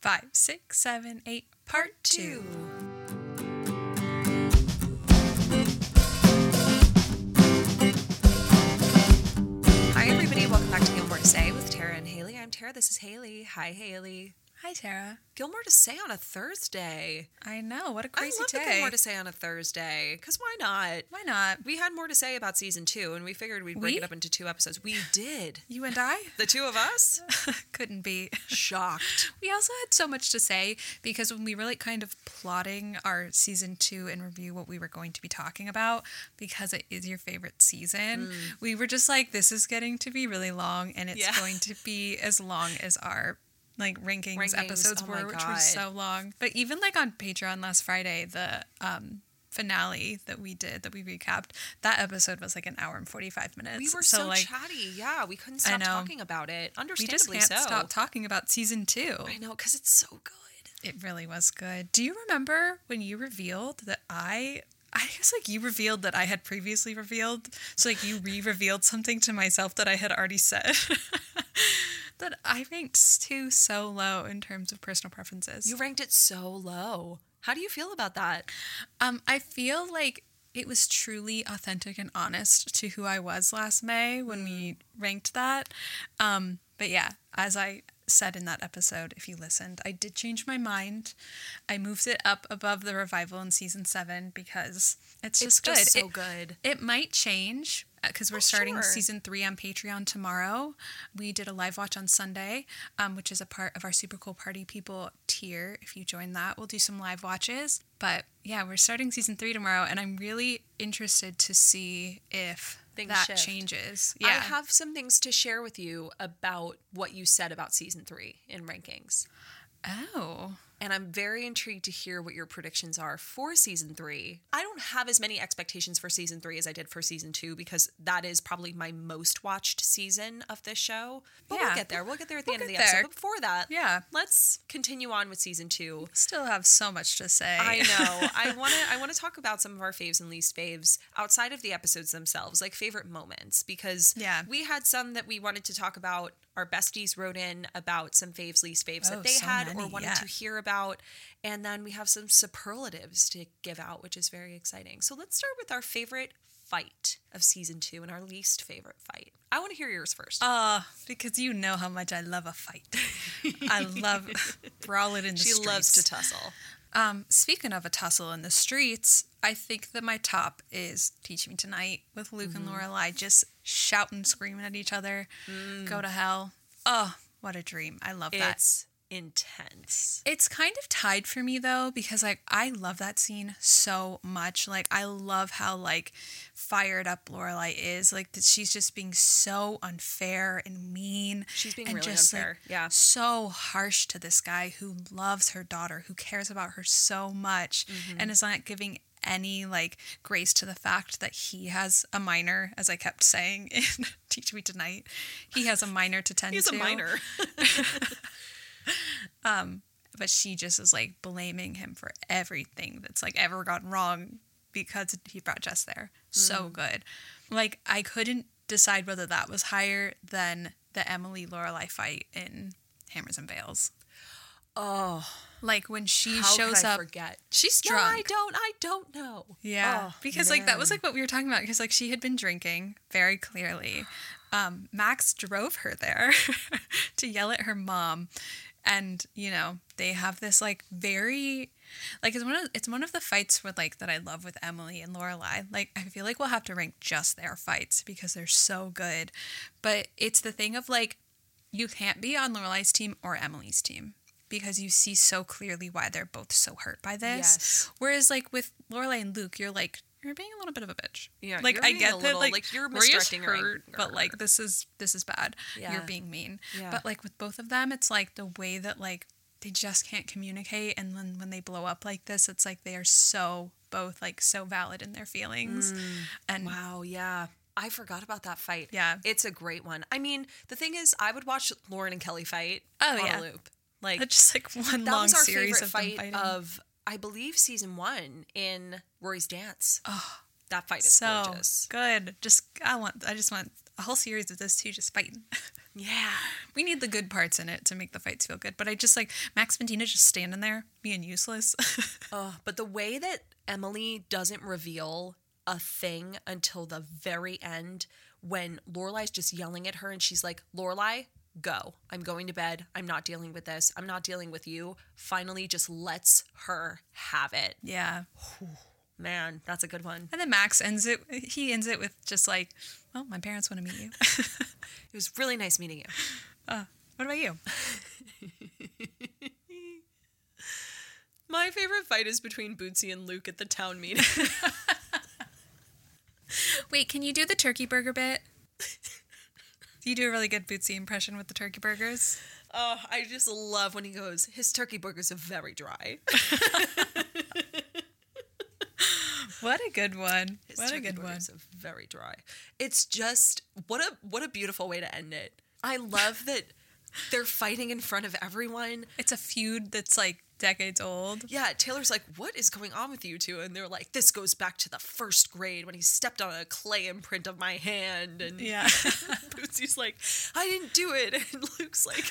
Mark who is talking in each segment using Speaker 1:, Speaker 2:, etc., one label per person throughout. Speaker 1: Five, six, seven, eight, part two. Hi, everybody. Welcome back to Gilmore to Say with Tara and Haley. I'm Tara. This is Haley. Hi, Haley.
Speaker 2: Hi, Tara.
Speaker 1: Gilmore to Say on a Thursday.
Speaker 2: I know. What a
Speaker 1: I
Speaker 2: crazy
Speaker 1: love the
Speaker 2: day.
Speaker 1: Gilmore to Say on a Thursday because why not?
Speaker 2: Why not?
Speaker 1: We had more to say about season two, and we figured we'd break
Speaker 2: We?
Speaker 1: it up into two episodes. We did.
Speaker 2: You and I?
Speaker 1: The two of us?
Speaker 2: Couldn't be.
Speaker 1: Shocked.
Speaker 2: We also had so much to say because when we were like kind of plotting our season two and review what we were going to be talking about, because it is your favorite season, we were just like, this is getting to be really long and it's
Speaker 1: Mm. Yeah.
Speaker 2: going to be as long as our like rankings,
Speaker 1: Rankings,
Speaker 2: episodes
Speaker 1: oh my
Speaker 2: were, which was
Speaker 1: God.
Speaker 2: so long. But even like on Patreon last Friday, the um finale that we did that we recapped, that episode was like an hour and forty five minutes.
Speaker 1: We were so,
Speaker 2: so, like
Speaker 1: chatty. Yeah, we couldn't
Speaker 2: I
Speaker 1: stop
Speaker 2: know.
Speaker 1: talking about it.
Speaker 2: we just
Speaker 1: Understandably
Speaker 2: can't
Speaker 1: so.
Speaker 2: stop talking about season two.
Speaker 1: I know, because it's so good.
Speaker 2: It really was good. Do you remember when you revealed that I I guess like you revealed that I had previously revealed. So like you re-revealed something to myself that I had already said. that I ranked two so low in terms of personal preferences.
Speaker 1: You ranked it so low. How do you feel about that?
Speaker 2: Um, I feel like it was truly authentic and honest to who I was last May when
Speaker 1: Mm.
Speaker 2: we ranked that. Um, but yeah, as I said in that episode, if you listened, I did change my mind. I moved it up above the revival in season seven because it's just good.
Speaker 1: just so
Speaker 2: It-
Speaker 1: good.
Speaker 2: it might change because we're
Speaker 1: Oh,
Speaker 2: starting
Speaker 1: sure.
Speaker 2: season three on Patreon tomorrow. We did a live watch on Sunday, um, which is a part of our Super Cool Party People tier. If you join that, we'll do some live watches. But yeah, we're starting season three tomorrow, and I'm really interested to see if
Speaker 1: Things
Speaker 2: that
Speaker 1: shift.
Speaker 2: changes. Yeah.
Speaker 1: I have some things to share with you about what you said about season three in rankings.
Speaker 2: oh,
Speaker 1: And I'm very intrigued to hear what your predictions are for season three. I don't have as many expectations for season three as I did for season two because that is probably my most watched season of this show. But we'll
Speaker 2: Yeah.
Speaker 1: get there. We'll get there at the
Speaker 2: We'll
Speaker 1: end of the
Speaker 2: get
Speaker 1: episode.
Speaker 2: there.
Speaker 1: But before that,
Speaker 2: Yeah.
Speaker 1: let's continue on with season two.
Speaker 2: still have so much to say.
Speaker 1: I know. I want to. I want to talk about some of our faves and least faves outside of the episodes themselves, like favorite moments, because
Speaker 2: Yeah.
Speaker 1: we had some that we wanted to talk about. Our besties wrote in about some faves, least faves
Speaker 2: Oh,
Speaker 1: that they
Speaker 2: so
Speaker 1: had or
Speaker 2: many,
Speaker 1: wanted
Speaker 2: yeah.
Speaker 1: to hear about, and then we have some superlatives to give out, which is very exciting. So let's start with our favorite fight of season two and our least favorite fight. I want to hear yours first.
Speaker 2: Uh, because you know how much I love a fight. I love brawling in the
Speaker 1: she loves
Speaker 2: streets.
Speaker 1: to tussle.
Speaker 2: Um, speaking of a tussle in the streets, I think that my top is Teach Me Tonight with Luke and Lorelai just shouting, screaming at each other, go to hell. Oh, what a dream. I love that.
Speaker 1: It's intense.
Speaker 2: It's kind of tied for me though because like I love that scene so much. Like I love how like fired up Lorelai is. Like that she's just being so unfair and mean.
Speaker 1: She's being
Speaker 2: and
Speaker 1: really
Speaker 2: just, like,
Speaker 1: unfair. Yeah.
Speaker 2: So harsh to this guy who loves her daughter, who cares about her so much,
Speaker 1: Mm-hmm.
Speaker 2: and is not giving any like grace to the fact that he has a minor, as I kept saying in Teach Me Tonight. He has a minor to tend
Speaker 1: He's
Speaker 2: to
Speaker 1: a minor.
Speaker 2: but she just is like blaming him for everything that's like ever gone wrong because he brought Jess there. So
Speaker 1: Mm.
Speaker 2: good. Like I couldn't decide whether that was higher than the Emily Lorelei fight in Hammers and Veils.
Speaker 1: Oh,
Speaker 2: Like when she
Speaker 1: How could
Speaker 2: shows
Speaker 1: I
Speaker 2: up,
Speaker 1: forget?
Speaker 2: she's
Speaker 1: No, I
Speaker 2: drunk.
Speaker 1: don't. I don't know.
Speaker 2: Yeah,
Speaker 1: Oh,
Speaker 2: because like that was
Speaker 1: man.
Speaker 2: like what we were talking about. Because like she had been drinking very clearly. Um, Max drove her there to yell at her mom, and you know they have this like very, like it's one of it's one of the fights with like that I love with Emily and Lorelai. Like I feel like we'll have to rank just their fights because they're so good, but it's the thing of like you can't be on Lorelai's team or Emily's team because you see so clearly why they're both so hurt by this.
Speaker 1: Yes.
Speaker 2: Whereas like with Lorelai and Luke, you're like you're being a little bit of a bitch.
Speaker 1: Yeah,
Speaker 2: like
Speaker 1: you're
Speaker 2: I
Speaker 1: being
Speaker 2: get
Speaker 1: a
Speaker 2: that.
Speaker 1: little-
Speaker 2: like,
Speaker 1: like, you're
Speaker 2: Maria's
Speaker 1: misdirecting her
Speaker 2: hurt, but
Speaker 1: anger.
Speaker 2: like this is this is bad.
Speaker 1: Yeah.
Speaker 2: You're being mean.
Speaker 1: Yeah.
Speaker 2: But like with both of them, it's like the way that like they just can't communicate, and then when they blow up like this, it's like they are so both like so valid in their feelings, and
Speaker 1: Mm. Wow, yeah. I forgot about that fight.
Speaker 2: Yeah.
Speaker 1: It's a great one. I mean, the thing is, I would watch Lauren and Kelly fight
Speaker 2: Oh,
Speaker 1: on
Speaker 2: yeah.
Speaker 1: a loop. Like,
Speaker 2: that's just like one
Speaker 1: that
Speaker 2: long
Speaker 1: was our
Speaker 2: series of
Speaker 1: favorite
Speaker 2: them
Speaker 1: fight
Speaker 2: fighting.
Speaker 1: of, I believe, season one in Rory's Dance. Oh, that fight is
Speaker 2: so
Speaker 1: gorgeous.
Speaker 2: good. Just I want I just want a whole series of those two just fighting.
Speaker 1: Yeah.
Speaker 2: We need the good parts in it to make the fights feel good. But I just like Max Ventina just standing there being useless.
Speaker 1: Oh, but the way that Emily doesn't reveal a thing until the very end when Lorelai's just yelling at her and she's like, Lorelai, go. I'm going to bed. I'm not dealing with this. I'm not dealing with you. Finally just lets her have it.
Speaker 2: yeah.
Speaker 1: Man, that's a good one.
Speaker 2: And then Max ends it. He ends it with just like, "Well, my parents want to meet you."
Speaker 1: It was really nice meeting you.
Speaker 2: what about you?
Speaker 1: My favorite fight is between Bootsy and Luke at the town meeting.
Speaker 2: Wait, can you do the turkey burger bit? you do a really good Bootsy impression with the turkey burgers.
Speaker 1: oh, I just love when he goes, his turkey burgers are very dry.
Speaker 2: What a good one!
Speaker 1: His
Speaker 2: what a
Speaker 1: turkey
Speaker 2: good one.
Speaker 1: burgers are very dry. It's just what a what a beautiful way to end it. I love that they're fighting in front of everyone.
Speaker 2: It's a feud that's like decades old.
Speaker 1: Yeah, Taylor's like, "What is going on with you two? And they're like, "This goes back to the first grade when he stepped on a clay imprint of my hand." And
Speaker 2: Yeah.
Speaker 1: Bootsy's like, "I didn't do it." And Luke's like,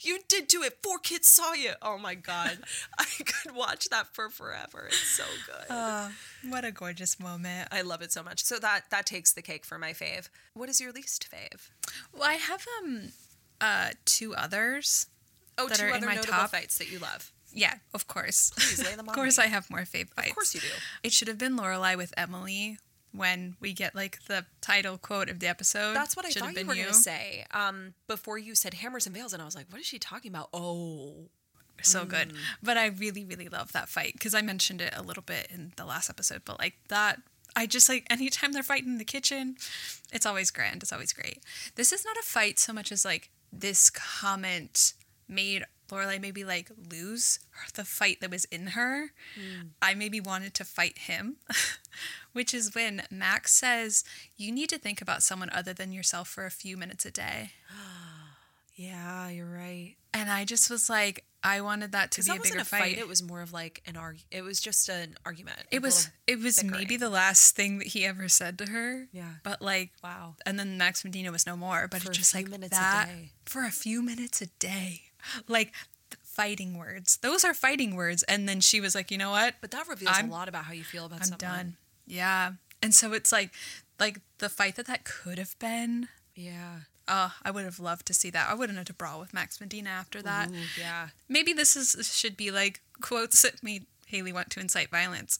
Speaker 1: "You did do it. Four kids saw you." Oh my god, I could watch that for forever. It's so good.
Speaker 2: Uh. what a gorgeous moment.
Speaker 1: I love it so much. So that that takes the cake for my fave. What is your least fave?
Speaker 2: Well, I have um uh two others.
Speaker 1: Oh,
Speaker 2: that
Speaker 1: two
Speaker 2: are in
Speaker 1: other
Speaker 2: my
Speaker 1: notable
Speaker 2: top.
Speaker 1: fights that you love.
Speaker 2: Yeah, of course.
Speaker 1: lay them
Speaker 2: of
Speaker 1: on
Speaker 2: course,
Speaker 1: me.
Speaker 2: I have more fave fights.
Speaker 1: Of course you do.
Speaker 2: It should have been Lorelai with Emily when we get like the title quote of the episode.
Speaker 1: That's what I
Speaker 2: Should have
Speaker 1: thought
Speaker 2: been
Speaker 1: you were going to say um, before you said hammers and veils, and I was like, what is she talking about? Oh,
Speaker 2: So good.
Speaker 1: Mm.
Speaker 2: But I really, really love that fight because I mentioned it a little bit in the last episode. But like that, I just like anytime they're fighting in the kitchen, it's always grand. It's always great. This is not a fight so much as like this comment made Lorelai maybe like lose her- the fight that was in her.
Speaker 1: Mm.
Speaker 2: I maybe wanted to fight him, which is when Max says, You need to think about someone other than yourself for a few minutes a day.
Speaker 1: yeah, you're right.
Speaker 2: And I just was like, I wanted that to
Speaker 1: Because
Speaker 2: be a
Speaker 1: that wasn't
Speaker 2: bigger
Speaker 1: a fight. It was more of like an arg. It was just an argument.
Speaker 2: It was it was maybe
Speaker 1: bickering.
Speaker 2: the last thing that he ever said to her.
Speaker 1: Yeah.
Speaker 2: But like
Speaker 1: Wow.
Speaker 2: And then Max Medina was no more. But
Speaker 1: For
Speaker 2: it
Speaker 1: a
Speaker 2: just
Speaker 1: few
Speaker 2: like
Speaker 1: minutes a
Speaker 2: that
Speaker 1: day.
Speaker 2: for a few minutes a day, like th- fighting words. Those are fighting words. And then she was like, you know what?
Speaker 1: But that reveals
Speaker 2: I'm-
Speaker 1: a lot about how you feel about
Speaker 2: I'm
Speaker 1: someone.
Speaker 2: done. Yeah. And so it's like like the fight that that could have been.
Speaker 1: Yeah.
Speaker 2: Uh, I would have loved to see that. I wouldn't have to brawl with Max Medina after that.
Speaker 1: Ooh, yeah.
Speaker 2: Maybe this is this should be like quotes that made Haley want to incite violence.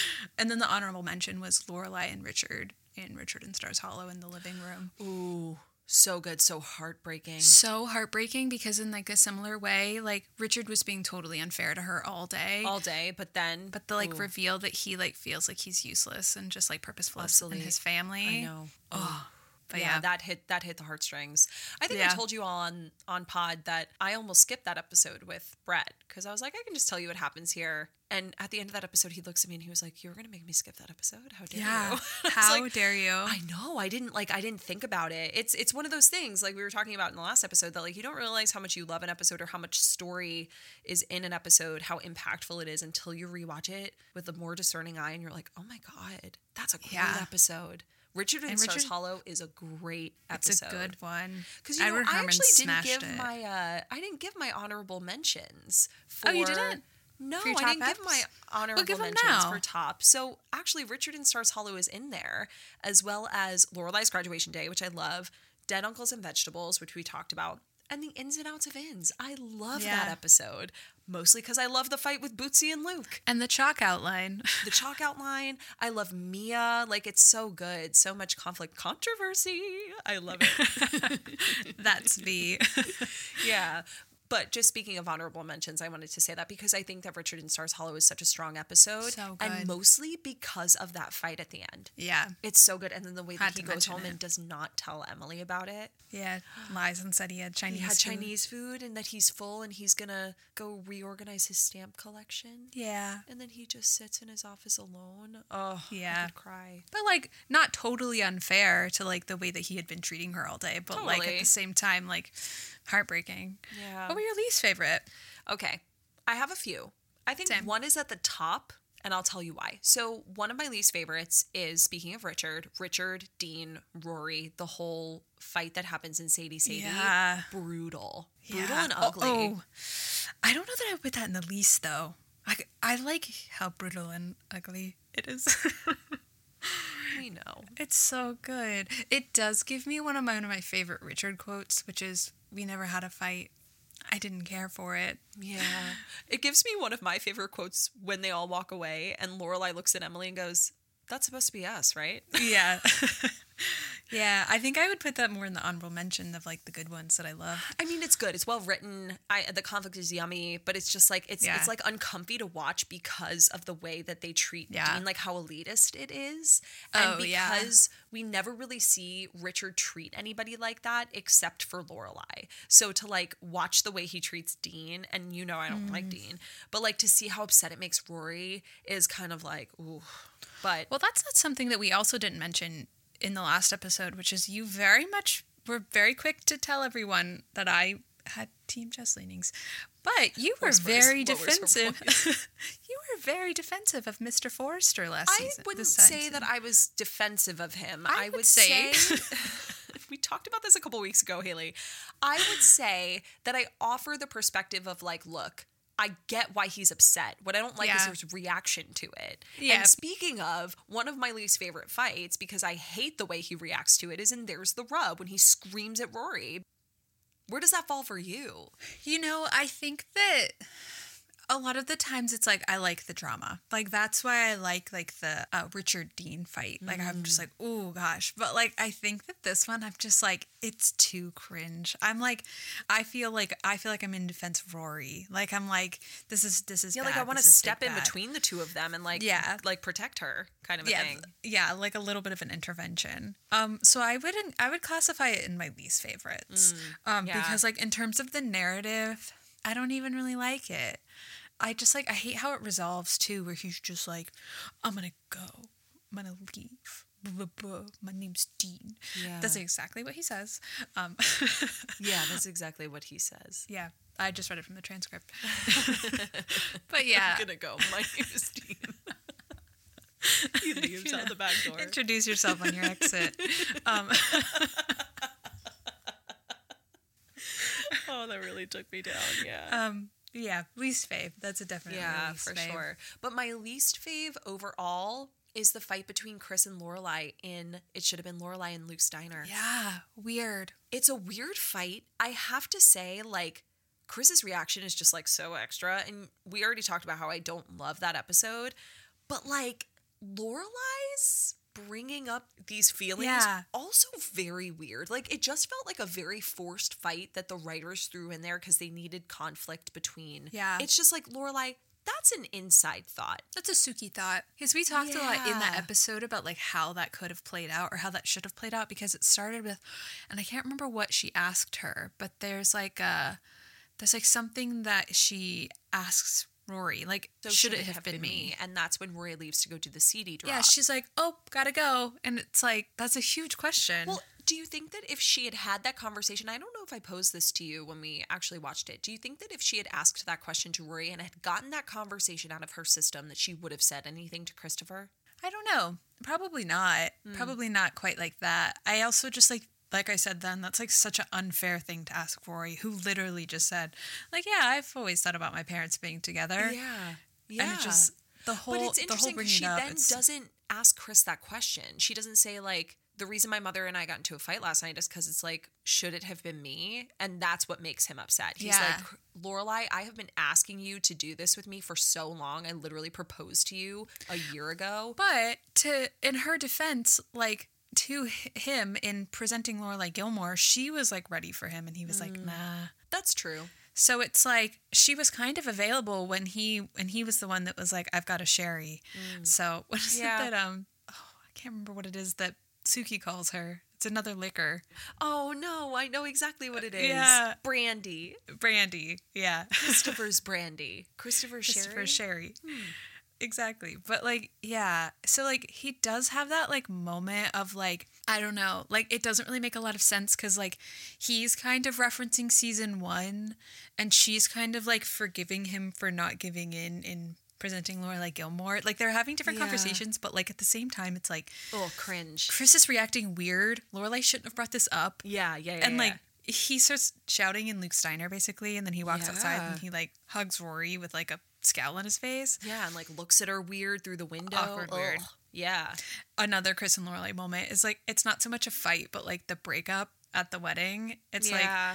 Speaker 2: and then the honorable mention was Lorelai and Richard in Richard and Stars Hollow in the living room.
Speaker 1: Ooh, so good. So heartbreaking.
Speaker 2: So heartbreaking because in like a similar way, like Richard was being totally unfair to her all day.
Speaker 1: All day, but then.
Speaker 2: but the like
Speaker 1: Ooh,
Speaker 2: reveal that he like feels like he's useless and just like purposeless in
Speaker 1: Obsolete.
Speaker 2: his family.
Speaker 1: I know.
Speaker 2: Oh, But
Speaker 1: yeah,
Speaker 2: yeah,
Speaker 1: that hit that hit the heartstrings. I think
Speaker 2: Yeah.
Speaker 1: I told you all on on pod that I almost skipped that episode with Brett because I was like, I can just tell you what happens here. And at the end of that episode, he looks at me and he was like, "You were gonna make me skip that episode? How dare
Speaker 2: yeah.
Speaker 1: you?" I was
Speaker 2: How
Speaker 1: like,
Speaker 2: dare you?
Speaker 1: I know. I didn't like. I didn't think about it. It's it's one of those things like we were talking about in the last episode that like you don't realize how much you love an episode or how much story is in an episode, how impactful it is until you rewatch it with a more discerning eye, and you're like, oh my god, that's a great
Speaker 2: Yeah.
Speaker 1: episode. Richard and,
Speaker 2: And
Speaker 1: Stars
Speaker 2: Richard-
Speaker 1: Hollow is a great
Speaker 2: it's
Speaker 1: episode.
Speaker 2: a good one.
Speaker 1: Because you know,
Speaker 2: Edward
Speaker 1: I
Speaker 2: Herman
Speaker 1: actually didn't
Speaker 2: smashed
Speaker 1: give
Speaker 2: it.
Speaker 1: my uh, I didn't give my honorable mentions. For,
Speaker 2: Oh, you didn't?
Speaker 1: No,
Speaker 2: For your
Speaker 1: I
Speaker 2: top
Speaker 1: didn't give my
Speaker 2: eps?
Speaker 1: honorable
Speaker 2: give 'em
Speaker 1: mentions
Speaker 2: now.
Speaker 1: for top. So actually, Richard and Stars Hollow is in there, as well as Lorelai's graduation day, which I love. Dead Uncles and Vegetables, which we talked about, and the ins and outs of ins. I love that
Speaker 2: Yeah.
Speaker 1: episode mostly because I love the fight with Bootsy and Luke
Speaker 2: And the chalk outline.
Speaker 1: the chalk outline. I love Mia. Like it's so good. So much conflict, controversy. I love it.
Speaker 2: That's the
Speaker 1: yeah. But just speaking of honorable mentions, I wanted to say that because I think that Richard in Stars Hollow is such a strong episode.
Speaker 2: So good.
Speaker 1: And mostly because of that fight at the end.
Speaker 2: Yeah.
Speaker 1: It's so good. And then the way
Speaker 2: Had
Speaker 1: that
Speaker 2: to
Speaker 1: he goes
Speaker 2: mention
Speaker 1: home
Speaker 2: it.
Speaker 1: and does not tell Emily about it.
Speaker 2: Yeah. Lies and said he had Chinese.
Speaker 1: He had
Speaker 2: food.
Speaker 1: Chinese food and that he's full and he's going to go reorganize his stamp collection.
Speaker 2: Yeah.
Speaker 1: And then he just sits in his office alone. Oh, I
Speaker 2: Yeah.
Speaker 1: could cry.
Speaker 2: But like not totally unfair to like the way that he had been treating her all day, but like at
Speaker 1: Totally.
Speaker 2: the same time, like heartbreaking.
Speaker 1: Yeah.
Speaker 2: What were your least favorite?
Speaker 1: Okay. I have a few. I think
Speaker 2: Same.
Speaker 1: one is at the top, and I'll tell you why. So, one of my least favorites is speaking of Richard, Richard, Dean, Rory, the whole fight that happens in Sadie Sadie.
Speaker 2: Yeah.
Speaker 1: Brutal. Brutal
Speaker 2: Yeah.
Speaker 1: and
Speaker 2: Oh,
Speaker 1: ugly.
Speaker 2: oh. I don't know that I would put that in the least though. I, I like how brutal and ugly it is.
Speaker 1: We know.
Speaker 2: it's so good. It does give me one of my one of my favorite Richard quotes, which is "We never had a fight. I didn't care for it."
Speaker 1: Yeah. It gives me one of my favorite quotes when they all walk away, and Lorelai looks at Emily and goes, That's supposed to be us, right?
Speaker 2: Yeah. yeah, I think I would put that more in the honorable mention of like the good ones that I love.
Speaker 1: I mean, it's good. It's well written. I the conflict is yummy, but it's just like it's
Speaker 2: Yeah.
Speaker 1: it's like uncomfy to watch because of the way that they treat
Speaker 2: Yeah.
Speaker 1: Dean, like how elitist it is, and
Speaker 2: Oh, yeah.
Speaker 1: because we never really see Richard treat anybody like that except for Lorelai. So to like watch the way he treats Dean, and you know I don't
Speaker 2: Mm.
Speaker 1: like Dean, but like to see how upset it makes Rory is kind of like ooh, but
Speaker 2: Well, that's not something that we also didn't mention in the last episode, which is you very much were very quick to tell everyone that I had team chess leanings. But you were
Speaker 1: Whispers,
Speaker 2: very
Speaker 1: lowers her
Speaker 2: defensive. you were very defensive of Mr. Forrester last
Speaker 1: I
Speaker 2: season. this
Speaker 1: wouldn't say
Speaker 2: season.
Speaker 1: that I was defensive of him.
Speaker 2: I
Speaker 1: I,
Speaker 2: would
Speaker 1: would
Speaker 2: say-
Speaker 1: say, we talked about this a couple weeks ago, Haley. I would say that I offer the perspective of like, look, I get why he's upset. What I don't like
Speaker 2: Yeah.
Speaker 1: is his reaction to it.
Speaker 2: Yeah.
Speaker 1: And speaking of, one of my least favorite fights, because I hate the way he reacts to it, is in There's the Rub when he screams at Rory. Where does that fall for you?
Speaker 2: You know, I think that a lot of the times it's like I like the drama. Like that's why I like like the uh, Richard Dean fight. Like I'm
Speaker 1: Mm.
Speaker 2: just like, oh gosh. But like I think that this one I'm just like it's too cringe. I'm like I feel like I feel like I'm in defense of Rory. Like I'm like this is this is
Speaker 1: Yeah, like
Speaker 2: bad.
Speaker 1: I want to
Speaker 2: This is
Speaker 1: step
Speaker 2: big
Speaker 1: in
Speaker 2: bad.
Speaker 1: between the two of them and like
Speaker 2: Yeah.
Speaker 1: like protect her kind of a
Speaker 2: Yeah,
Speaker 1: thing.
Speaker 2: yeah, like a little bit of an intervention. Um, so I wouldn't, I would classify it in my least favorites, um,
Speaker 1: Mm, yeah.
Speaker 2: because like in terms of the narrative, I don't even really like it. I just like I hate how it resolves too, where he's just like, I'm gonna go, I'm gonna leave. Blah, blah, blah. My name's Dean. That's
Speaker 1: Yeah.
Speaker 2: exactly what he says. Um,
Speaker 1: Yeah, that's exactly what he says.
Speaker 2: yeah, I just read it from the transcript. but yeah,
Speaker 1: gonna go. My name is Dean. he leaves out the back door.
Speaker 2: Introduce yourself on your exit.
Speaker 1: Oh, that really took me down. Yeah.
Speaker 2: Um, yeah, least fave. That's a definite.
Speaker 1: yeah,
Speaker 2: least
Speaker 1: for
Speaker 2: fave.
Speaker 1: sure. But my least fave overall is the fight between Chris and Lorelai in It Should Have Been Lorelai and Luke's Diner.
Speaker 2: Yeah, weird.
Speaker 1: It's a weird fight. I have to say, like, Chris's reaction is just like so extra. And we already talked about how I don't love that episode. But like, Lorelai's bringing up these feelings
Speaker 2: Yeah.
Speaker 1: also very weird. Like, it just felt like a very forced fight that the writers threw in there because they needed conflict between.
Speaker 2: Yeah.
Speaker 1: It's just like, Lorelai, that's an inside thought.
Speaker 2: That's a Suki thought. Because we talked a lot in that
Speaker 1: Yeah.
Speaker 2: episode about like how that could have played out or how that should have played out because it started with and I can't remember what she asked her, but there's like a there's like something that she asks Rory, like
Speaker 1: So
Speaker 2: should, it have, been, me?
Speaker 1: And that's when Rory leaves to go to the CD drop.
Speaker 2: Yeah, she's like, Oh, gotta go. And it's like that's a huge question.
Speaker 1: Well, do you think that if she had had that conversation, I don't know if I posed this to you when we actually watched it. Do you think that if she had asked that question to Rory and had gotten that conversation out of her system, that she would have said anything to Christopher?
Speaker 2: I don't know. Probably not.
Speaker 1: Hmm.
Speaker 2: Probably not quite like that. I also just like like I said then, that's like such an unfair thing to ask Rory, who literally just said, like, yeah, I've always thought about my parents being together.
Speaker 1: Yeah, yeah.
Speaker 2: And it just the whole
Speaker 1: but it's
Speaker 2: the whole
Speaker 1: interesting because
Speaker 2: bringing
Speaker 1: she
Speaker 2: it up.
Speaker 1: then
Speaker 2: it's-
Speaker 1: doesn't ask Chris that question. She doesn't say like the reason my mother and I got into a fight last night is because it's like should it have been me? And that's what makes him upset. He's
Speaker 2: Yeah.
Speaker 1: like Lorelai, I have been asking you to do this with me for so long. I literally proposed to you a year ago.
Speaker 2: But to in her defense, like to h-
Speaker 1: Hmm.
Speaker 2: him in presenting Lorelai Gilmore, she was like ready for him, and he was like, nah.
Speaker 1: That's true.
Speaker 2: So it's like she was kind of available when he and he was the one that was like, I've got a sherry. So what is
Speaker 1: Yeah.
Speaker 2: it that um oh I can't remember what it is that Suki calls her. It's another liquor.
Speaker 1: Oh no, I know exactly what it is.
Speaker 2: Yeah.
Speaker 1: Brandy.
Speaker 2: Brandy. Yeah.
Speaker 1: Christopher's brandy. Christopher's
Speaker 2: Christopher
Speaker 1: sherry. Hmm.
Speaker 2: Sherry. Exactly. But like, yeah. So like he does have that like moment of like, I don't know, like it doesn't really make a lot of sense because like he's kind of referencing season one and she's kind of like forgiving him for not giving in in presenting Lorelai Gilmore. Like they're having different
Speaker 1: Yeah.
Speaker 2: conversations, but like at the same time it's like
Speaker 1: Oh, cringe.
Speaker 2: Chris is reacting weird. Lorelai shouldn't have brought this up.
Speaker 1: Yeah, yeah, yeah.
Speaker 2: And like
Speaker 1: yeah.
Speaker 2: he starts shouting in Luke Steiner basically, and then he walks outside
Speaker 1: Yeah.
Speaker 2: and he like hugs Rory with like a scowl on his face.
Speaker 1: Yeah, and like looks at her weird through the window.
Speaker 2: Awkward, weird.
Speaker 1: Ugh. Yeah.
Speaker 2: Another Chris and Lorelai moment is like it's not so much a fight, but like the breakup at the wedding. It's like
Speaker 1: yeah.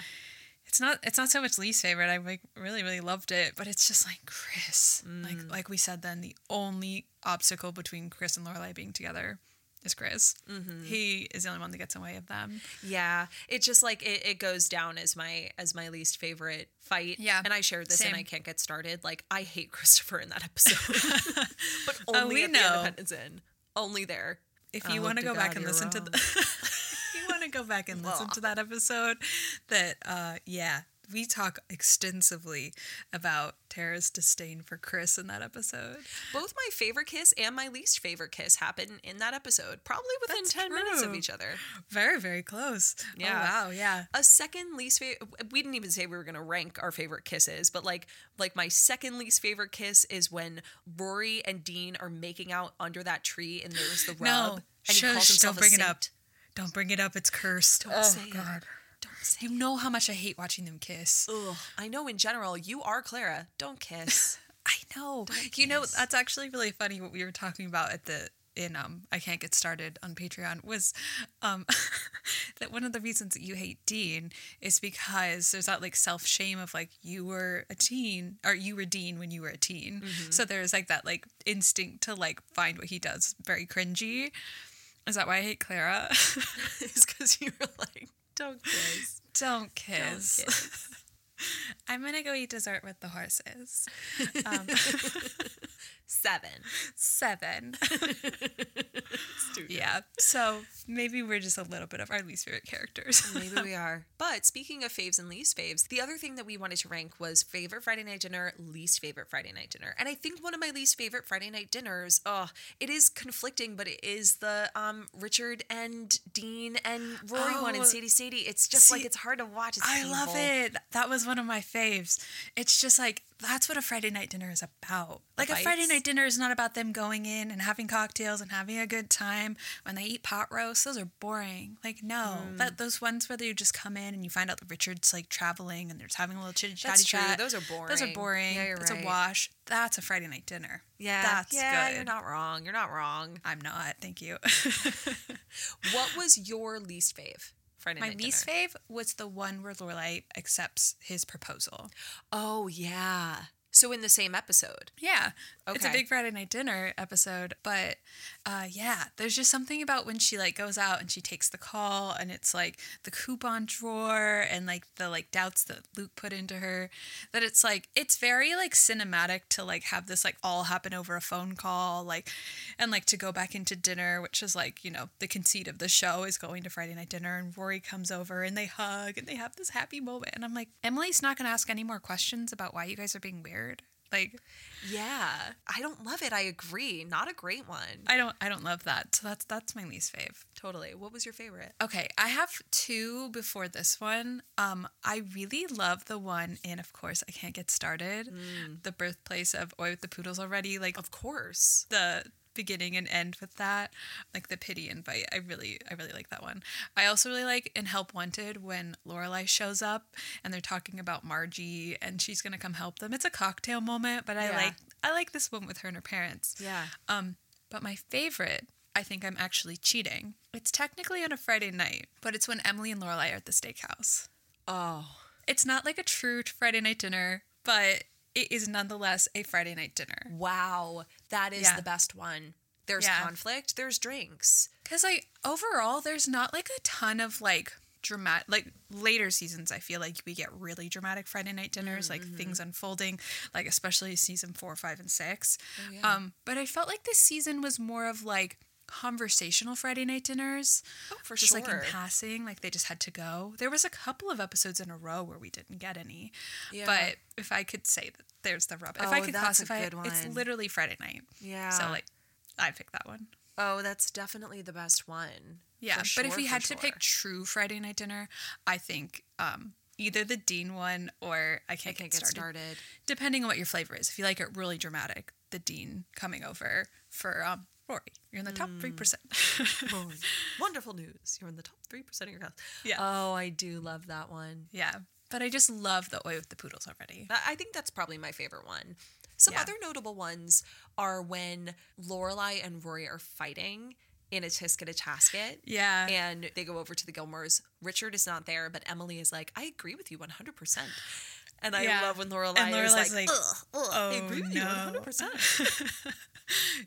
Speaker 2: it's not it's not so much Lee's favorite. I like really really loved it, but it's just like Chris.
Speaker 1: Mm.
Speaker 2: Like like we said then, the only obstacle between Chris and Lorelai being together is Chris.
Speaker 1: Mm-hmm.
Speaker 2: He is the only one that gets in the way of them.
Speaker 1: Yeah, it just like it, it goes down as my as my least favorite fight.
Speaker 2: Yeah,
Speaker 1: and I shared this
Speaker 2: same.
Speaker 1: and I can't get started. Like I hate Christopher in that episode, but only
Speaker 2: we
Speaker 1: at
Speaker 2: know.
Speaker 1: the Independence Inn. Only there.
Speaker 2: If
Speaker 1: I
Speaker 2: you
Speaker 1: hope
Speaker 2: want to
Speaker 1: to
Speaker 2: go
Speaker 1: God
Speaker 2: back and
Speaker 1: you're
Speaker 2: listen to the, if you want to go back and listen to that episode, that uh, yeah, we talk extensively about Tara's disdain for Chris in that episode.
Speaker 1: Both my favorite kiss and my least favorite kiss happen in that episode, probably within
Speaker 2: That's
Speaker 1: ten minutes of
Speaker 2: true.
Speaker 1: each other.
Speaker 2: Very very close.
Speaker 1: Yeah.
Speaker 2: Oh, wow. Yeah.
Speaker 1: A second least favorite. We didn't even say we were gonna rank our favorite kisses, but like like my second least favorite kiss is when Rory and Dean are making out under that tree and there's the rub.
Speaker 2: No.
Speaker 1: and he calls
Speaker 2: Shush,
Speaker 1: himself
Speaker 2: don't
Speaker 1: a
Speaker 2: bring it up.
Speaker 1: saint.
Speaker 2: Don't bring it up. It's cursed. oh
Speaker 1: say it.
Speaker 2: God.
Speaker 1: Don't say
Speaker 2: You know how much I hate watching them kiss.
Speaker 1: Ugh, I know in general, you are Clara. Don't kiss.
Speaker 2: I know. you know that's actually really funny. What we were talking about at the in um I can't get started on Patreon was um that one of the reasons that you hate Dean is because there's that like self shame of like you were a teen or you were Dean when you were a teen. So there's like that like instinct to like find what he does very cringy. Is that why I hate Clara?
Speaker 1: it's because you were like, don't kiss.
Speaker 2: Don't kiss.
Speaker 1: Don't kiss.
Speaker 2: I'm gonna go eat dessert with the horses.
Speaker 1: Seven.
Speaker 2: Seven. Yeah. So maybe we're just a little bit of our least favorite characters.
Speaker 1: Maybe we are. But speaking of faves and least faves, the other thing that we wanted to rank was favorite Friday night dinner, least favorite Friday night dinner. And I think one of my least favorite Friday night dinners, oh, it is conflicting, but it is the um Richard and Dean and Rory one
Speaker 2: Oh.
Speaker 1: and Sadie Sadie. It's just like
Speaker 2: See,
Speaker 1: it's hard to watch. It's
Speaker 2: I love
Speaker 1: painful.
Speaker 2: it. That was one of my faves. It's just like that's what a Friday night dinner is about. Like a Friday
Speaker 1: bites?
Speaker 2: night dinner is not about them going in and having cocktails and having a good time when they eat pot roast. Those are boring. Like no,
Speaker 1: Mm.
Speaker 2: that those ones where you just come in and you find out that Richard's like traveling and they're just having a little chitty chatty
Speaker 1: That's true.
Speaker 2: chat.
Speaker 1: Those are
Speaker 2: Those are
Speaker 1: boring.
Speaker 2: boring.
Speaker 1: Yeah, you're
Speaker 2: it's a
Speaker 1: right.
Speaker 2: wash. That's a Friday night dinner.
Speaker 1: Yeah.
Speaker 2: that's
Speaker 1: yeah,
Speaker 2: good.
Speaker 1: You're not wrong. You're not wrong.
Speaker 2: I'm not. Thank you.
Speaker 1: What was your least fave Friday
Speaker 2: My
Speaker 1: night
Speaker 2: least
Speaker 1: dinner?
Speaker 2: fave was the one where Lorelai accepts his proposal.
Speaker 1: Oh yeah. So in the same episode.
Speaker 2: Yeah, it's a
Speaker 1: Okay.
Speaker 2: big Friday night dinner episode, but uh, yeah, there's just something about when she like goes out and she takes the call, and it's like the coupon drawer and like the like doubts that Luke put into her. That it's like it's very like cinematic to like have this like all happen over a phone call, like and like to go back into dinner, which is like you know the conceit of the show is going to Friday night dinner, and Rory comes over and they hug and they have this happy moment, and I'm like Emily's not gonna ask any more questions about why you guys are being weird, like.
Speaker 1: Yeah. I don't love it. I agree. Not a great one.
Speaker 2: I don't I don't love that. So that's that's my least fave.
Speaker 1: totally. What was your favorite?
Speaker 2: Okay, I have two before this one. Um, I really love the one, and of course, I can't get started. The birthplace of Oi with the Poodles already, like
Speaker 1: Mm. Of course.
Speaker 2: the beginning and end with that, like the pity invite. I really, I really like that one. I also really like in Help Wanted when Lorelai shows up and they're talking about Margie and she's gonna come help them. It's a cocktail moment, but I
Speaker 1: Yeah.
Speaker 2: like I like this one with her and her parents.
Speaker 1: Yeah.
Speaker 2: Um, but my favorite, I think I'm actually cheating. It's technically on a Friday night, but it's when Emily and Lorelai are at the steakhouse.
Speaker 1: Oh.
Speaker 2: It's not like a true Friday night dinner, but it is nonetheless a Friday night dinner.
Speaker 1: Wow. That is
Speaker 2: Yeah.
Speaker 1: the best one. There's
Speaker 2: Yeah.
Speaker 1: conflict. There's drinks.
Speaker 2: Cause like overall, there's not like a ton of like
Speaker 3: dramatic like later seasons i feel like we get really dramatic friday night dinners like things unfolding like especially season four five and six um but i felt like this season was more of like conversational friday night dinners
Speaker 4: Oh, for
Speaker 3: just
Speaker 4: sure.
Speaker 3: like in passing like they just had to go there was a couple of episodes in a row where we didn't get any
Speaker 4: Yeah.
Speaker 3: but if i could say that there's the rub if i
Speaker 4: Oh,
Speaker 3: could
Speaker 4: that's a
Speaker 3: classify it
Speaker 4: good
Speaker 3: it's
Speaker 4: one.
Speaker 3: literally friday night
Speaker 4: yeah.
Speaker 3: so like i picked that one
Speaker 4: oh, that's definitely the best one.
Speaker 3: yeah,
Speaker 4: For
Speaker 3: but if
Speaker 4: sure,
Speaker 3: we
Speaker 4: for
Speaker 3: had to
Speaker 4: sure.
Speaker 3: pick true Friday night dinner, I think um, either the Dean one or I
Speaker 4: I
Speaker 3: can't,
Speaker 4: can't
Speaker 3: get, started.
Speaker 4: started.
Speaker 3: Depending on what your flavor is, if you like it really dramatic, the Dean coming over for um, Rory, you're in the top
Speaker 4: Mm.
Speaker 3: three percent.
Speaker 4: Wonderful news. You're in the top 3% of your class.
Speaker 3: Yeah.
Speaker 4: Oh, I do love that one.
Speaker 3: yeah, but I just love the oi with the poodles already.
Speaker 4: I I think that's probably my favorite one. Some
Speaker 3: Yeah.
Speaker 4: other notable ones are when Lorelai and Rory are fighting in a tisket a tasket.
Speaker 3: Yeah,
Speaker 4: And they go over to the Gilmores. Richard is not there, but Emily is like, I agree with you 100%. And I
Speaker 3: Yeah.
Speaker 4: love when Lorelai,
Speaker 3: And
Speaker 4: is
Speaker 3: Lorelai's
Speaker 4: like,
Speaker 3: like,
Speaker 4: ugh, ugh, I
Speaker 3: "Oh,
Speaker 4: agree with you
Speaker 3: no."
Speaker 4: 100%.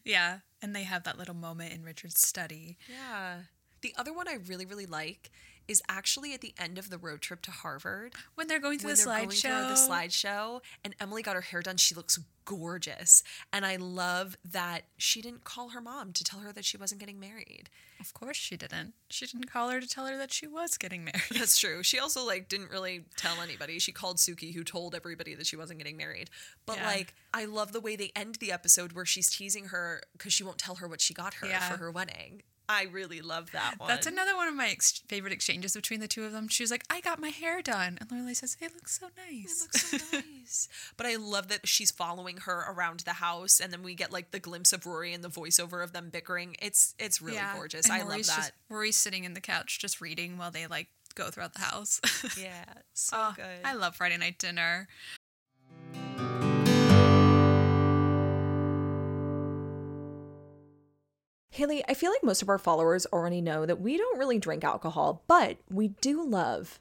Speaker 3: yeah, and they have that little moment in Richard's study.
Speaker 4: yeah. The other one I really, really like is actually at the end of the road trip to Harvard.
Speaker 3: When they're going through
Speaker 4: when
Speaker 3: the
Speaker 4: they're going through
Speaker 3: slideshow,
Speaker 4: the slideshow and Emily got her hair done she looks gorgeous and I love that she didn't call her mom to tell her that she wasn't getting married
Speaker 3: of course she didn't. She didn't call her to tell her that she was getting married.
Speaker 4: that's true she also like didn't really tell anybody she called Suki who told everybody that she wasn't getting married but
Speaker 3: Yeah.
Speaker 4: like I love the way they end the episode where she's teasing her cuz she won't tell her what she got her
Speaker 3: Yeah.
Speaker 4: for her wedding I really love that one
Speaker 3: That's another one of my ex- favorite exchanges between the two of them. She was like, I got my hair done. And Lorelai says, It looks so nice.
Speaker 4: looks so nice. But I love that she's following her around the house, and then we get like the glimpse of Rory and the voiceover of them bickering. It's it's really gorgeous.
Speaker 3: And
Speaker 4: I love
Speaker 3: Rory's
Speaker 4: that.
Speaker 3: Just, Rory's sitting in the couch just reading while they like go throughout the house.
Speaker 4: yeah, so
Speaker 3: Oh,
Speaker 4: good.
Speaker 3: I love Friday night dinner.
Speaker 1: Haley, I feel like most of our followers already know that we don't really drink alcohol, but we do love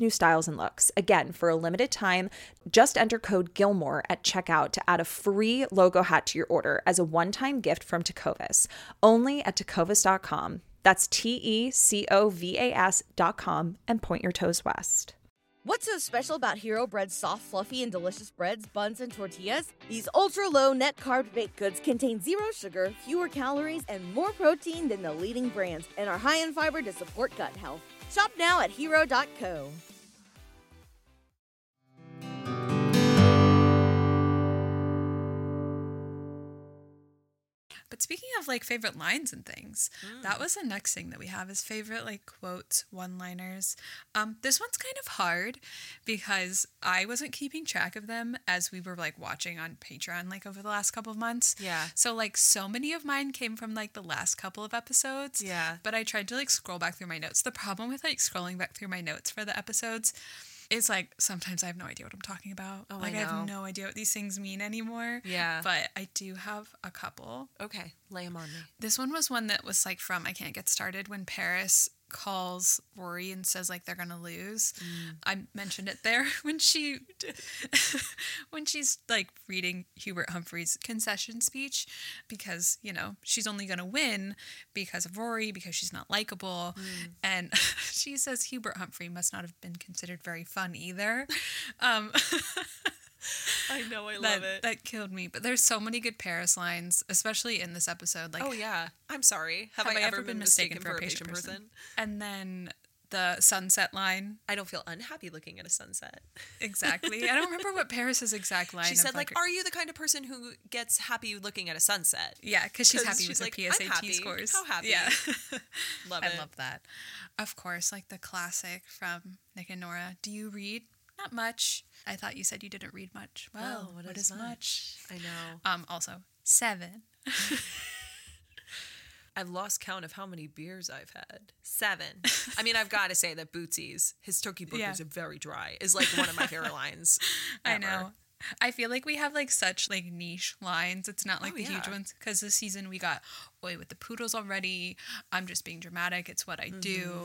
Speaker 1: new styles and looks. Again, for a limited time, just enter code Gilmore at checkout to add a free logo hat to your order as a one time gift from Tecovas, only at tecovas.com.
Speaker 5: That's T E C O V A S dot com and point your toes west.
Speaker 6: What's so special about Hero Bread's soft, fluffy, and delicious breads, buns, and tortillas? These ultra low net carb baked goods contain zero sugar, fewer calories, and more protein than the leading brands, and are high in fiber to support gut health. Shop now at hero.co.
Speaker 7: But speaking of like favorite lines and things,
Speaker 1: Hmm.
Speaker 7: that was the next thing that we have is favorite like quotes, one liners. Um, this one's kind of hard because I wasn't keeping track of them as we were like watching on Patreon like over the last couple of months.
Speaker 1: Yeah.
Speaker 7: So like so many of mine came from like the last couple of episodes.
Speaker 1: Yeah.
Speaker 7: But I tried to like scroll back through my notes. The problem with like scrolling back through my notes for the episodes is like sometimes I have no idea what I'm talking about.
Speaker 1: Oh, I
Speaker 7: like I have
Speaker 1: know.
Speaker 7: no idea what these things mean anymore.
Speaker 1: Yeah.
Speaker 7: But I do have a couple.
Speaker 1: Okay, lay them on me.
Speaker 7: This one was one that was like from I Can't Get Started when Paris calls Rory and says like they're gonna lose.
Speaker 1: Mm.
Speaker 7: I mentioned it there when she when she's like reading Hubert Humphrey's concession speech because you know she's only gonna win because of Rory because she's not likable
Speaker 1: Mm.
Speaker 7: and she says Hubert Humphrey must not have been considered very fun either. Um,
Speaker 1: I know, I
Speaker 7: that, that killed me. But there's so many good Paris lines, especially in this episode. Like
Speaker 1: oh yeah, I'm sorry. Have, I, ever been mistaken, for a patient person?
Speaker 7: And then the sunset line.
Speaker 1: I don't feel unhappy looking at a sunset.
Speaker 7: Exactly. I don't remember what Paris's exact line.
Speaker 1: She
Speaker 7: of,
Speaker 1: said, like, are you the kind of person who gets happy looking at a sunset?
Speaker 7: yeah, because she's
Speaker 1: 'Cause
Speaker 7: happy
Speaker 1: she's
Speaker 7: with
Speaker 1: like, "I'm
Speaker 7: her PSAT
Speaker 1: happy.
Speaker 7: scores.
Speaker 1: How happy."
Speaker 7: Yeah,
Speaker 1: Love
Speaker 7: I
Speaker 1: it.
Speaker 7: love that. Of course, like the classic from Nick and Nora. Do you read? Not much. I thought you said you didn't read much. Well, what is, much?
Speaker 1: I know.
Speaker 7: Um. Also, seven.
Speaker 1: I've lost count of how many beers I've had. Seven. I mean, I've got to say that Bootsy's, his turkey burgers
Speaker 7: Yeah.
Speaker 1: are very dry, is like one of my favorite lines.
Speaker 7: I
Speaker 1: ever.
Speaker 7: know. I feel like we have like such like niche lines. It's not like
Speaker 1: Oh,
Speaker 7: the huge
Speaker 1: yeah.
Speaker 7: ones because this season we got Oi with the poodles already. I'm just being dramatic. It's what I do.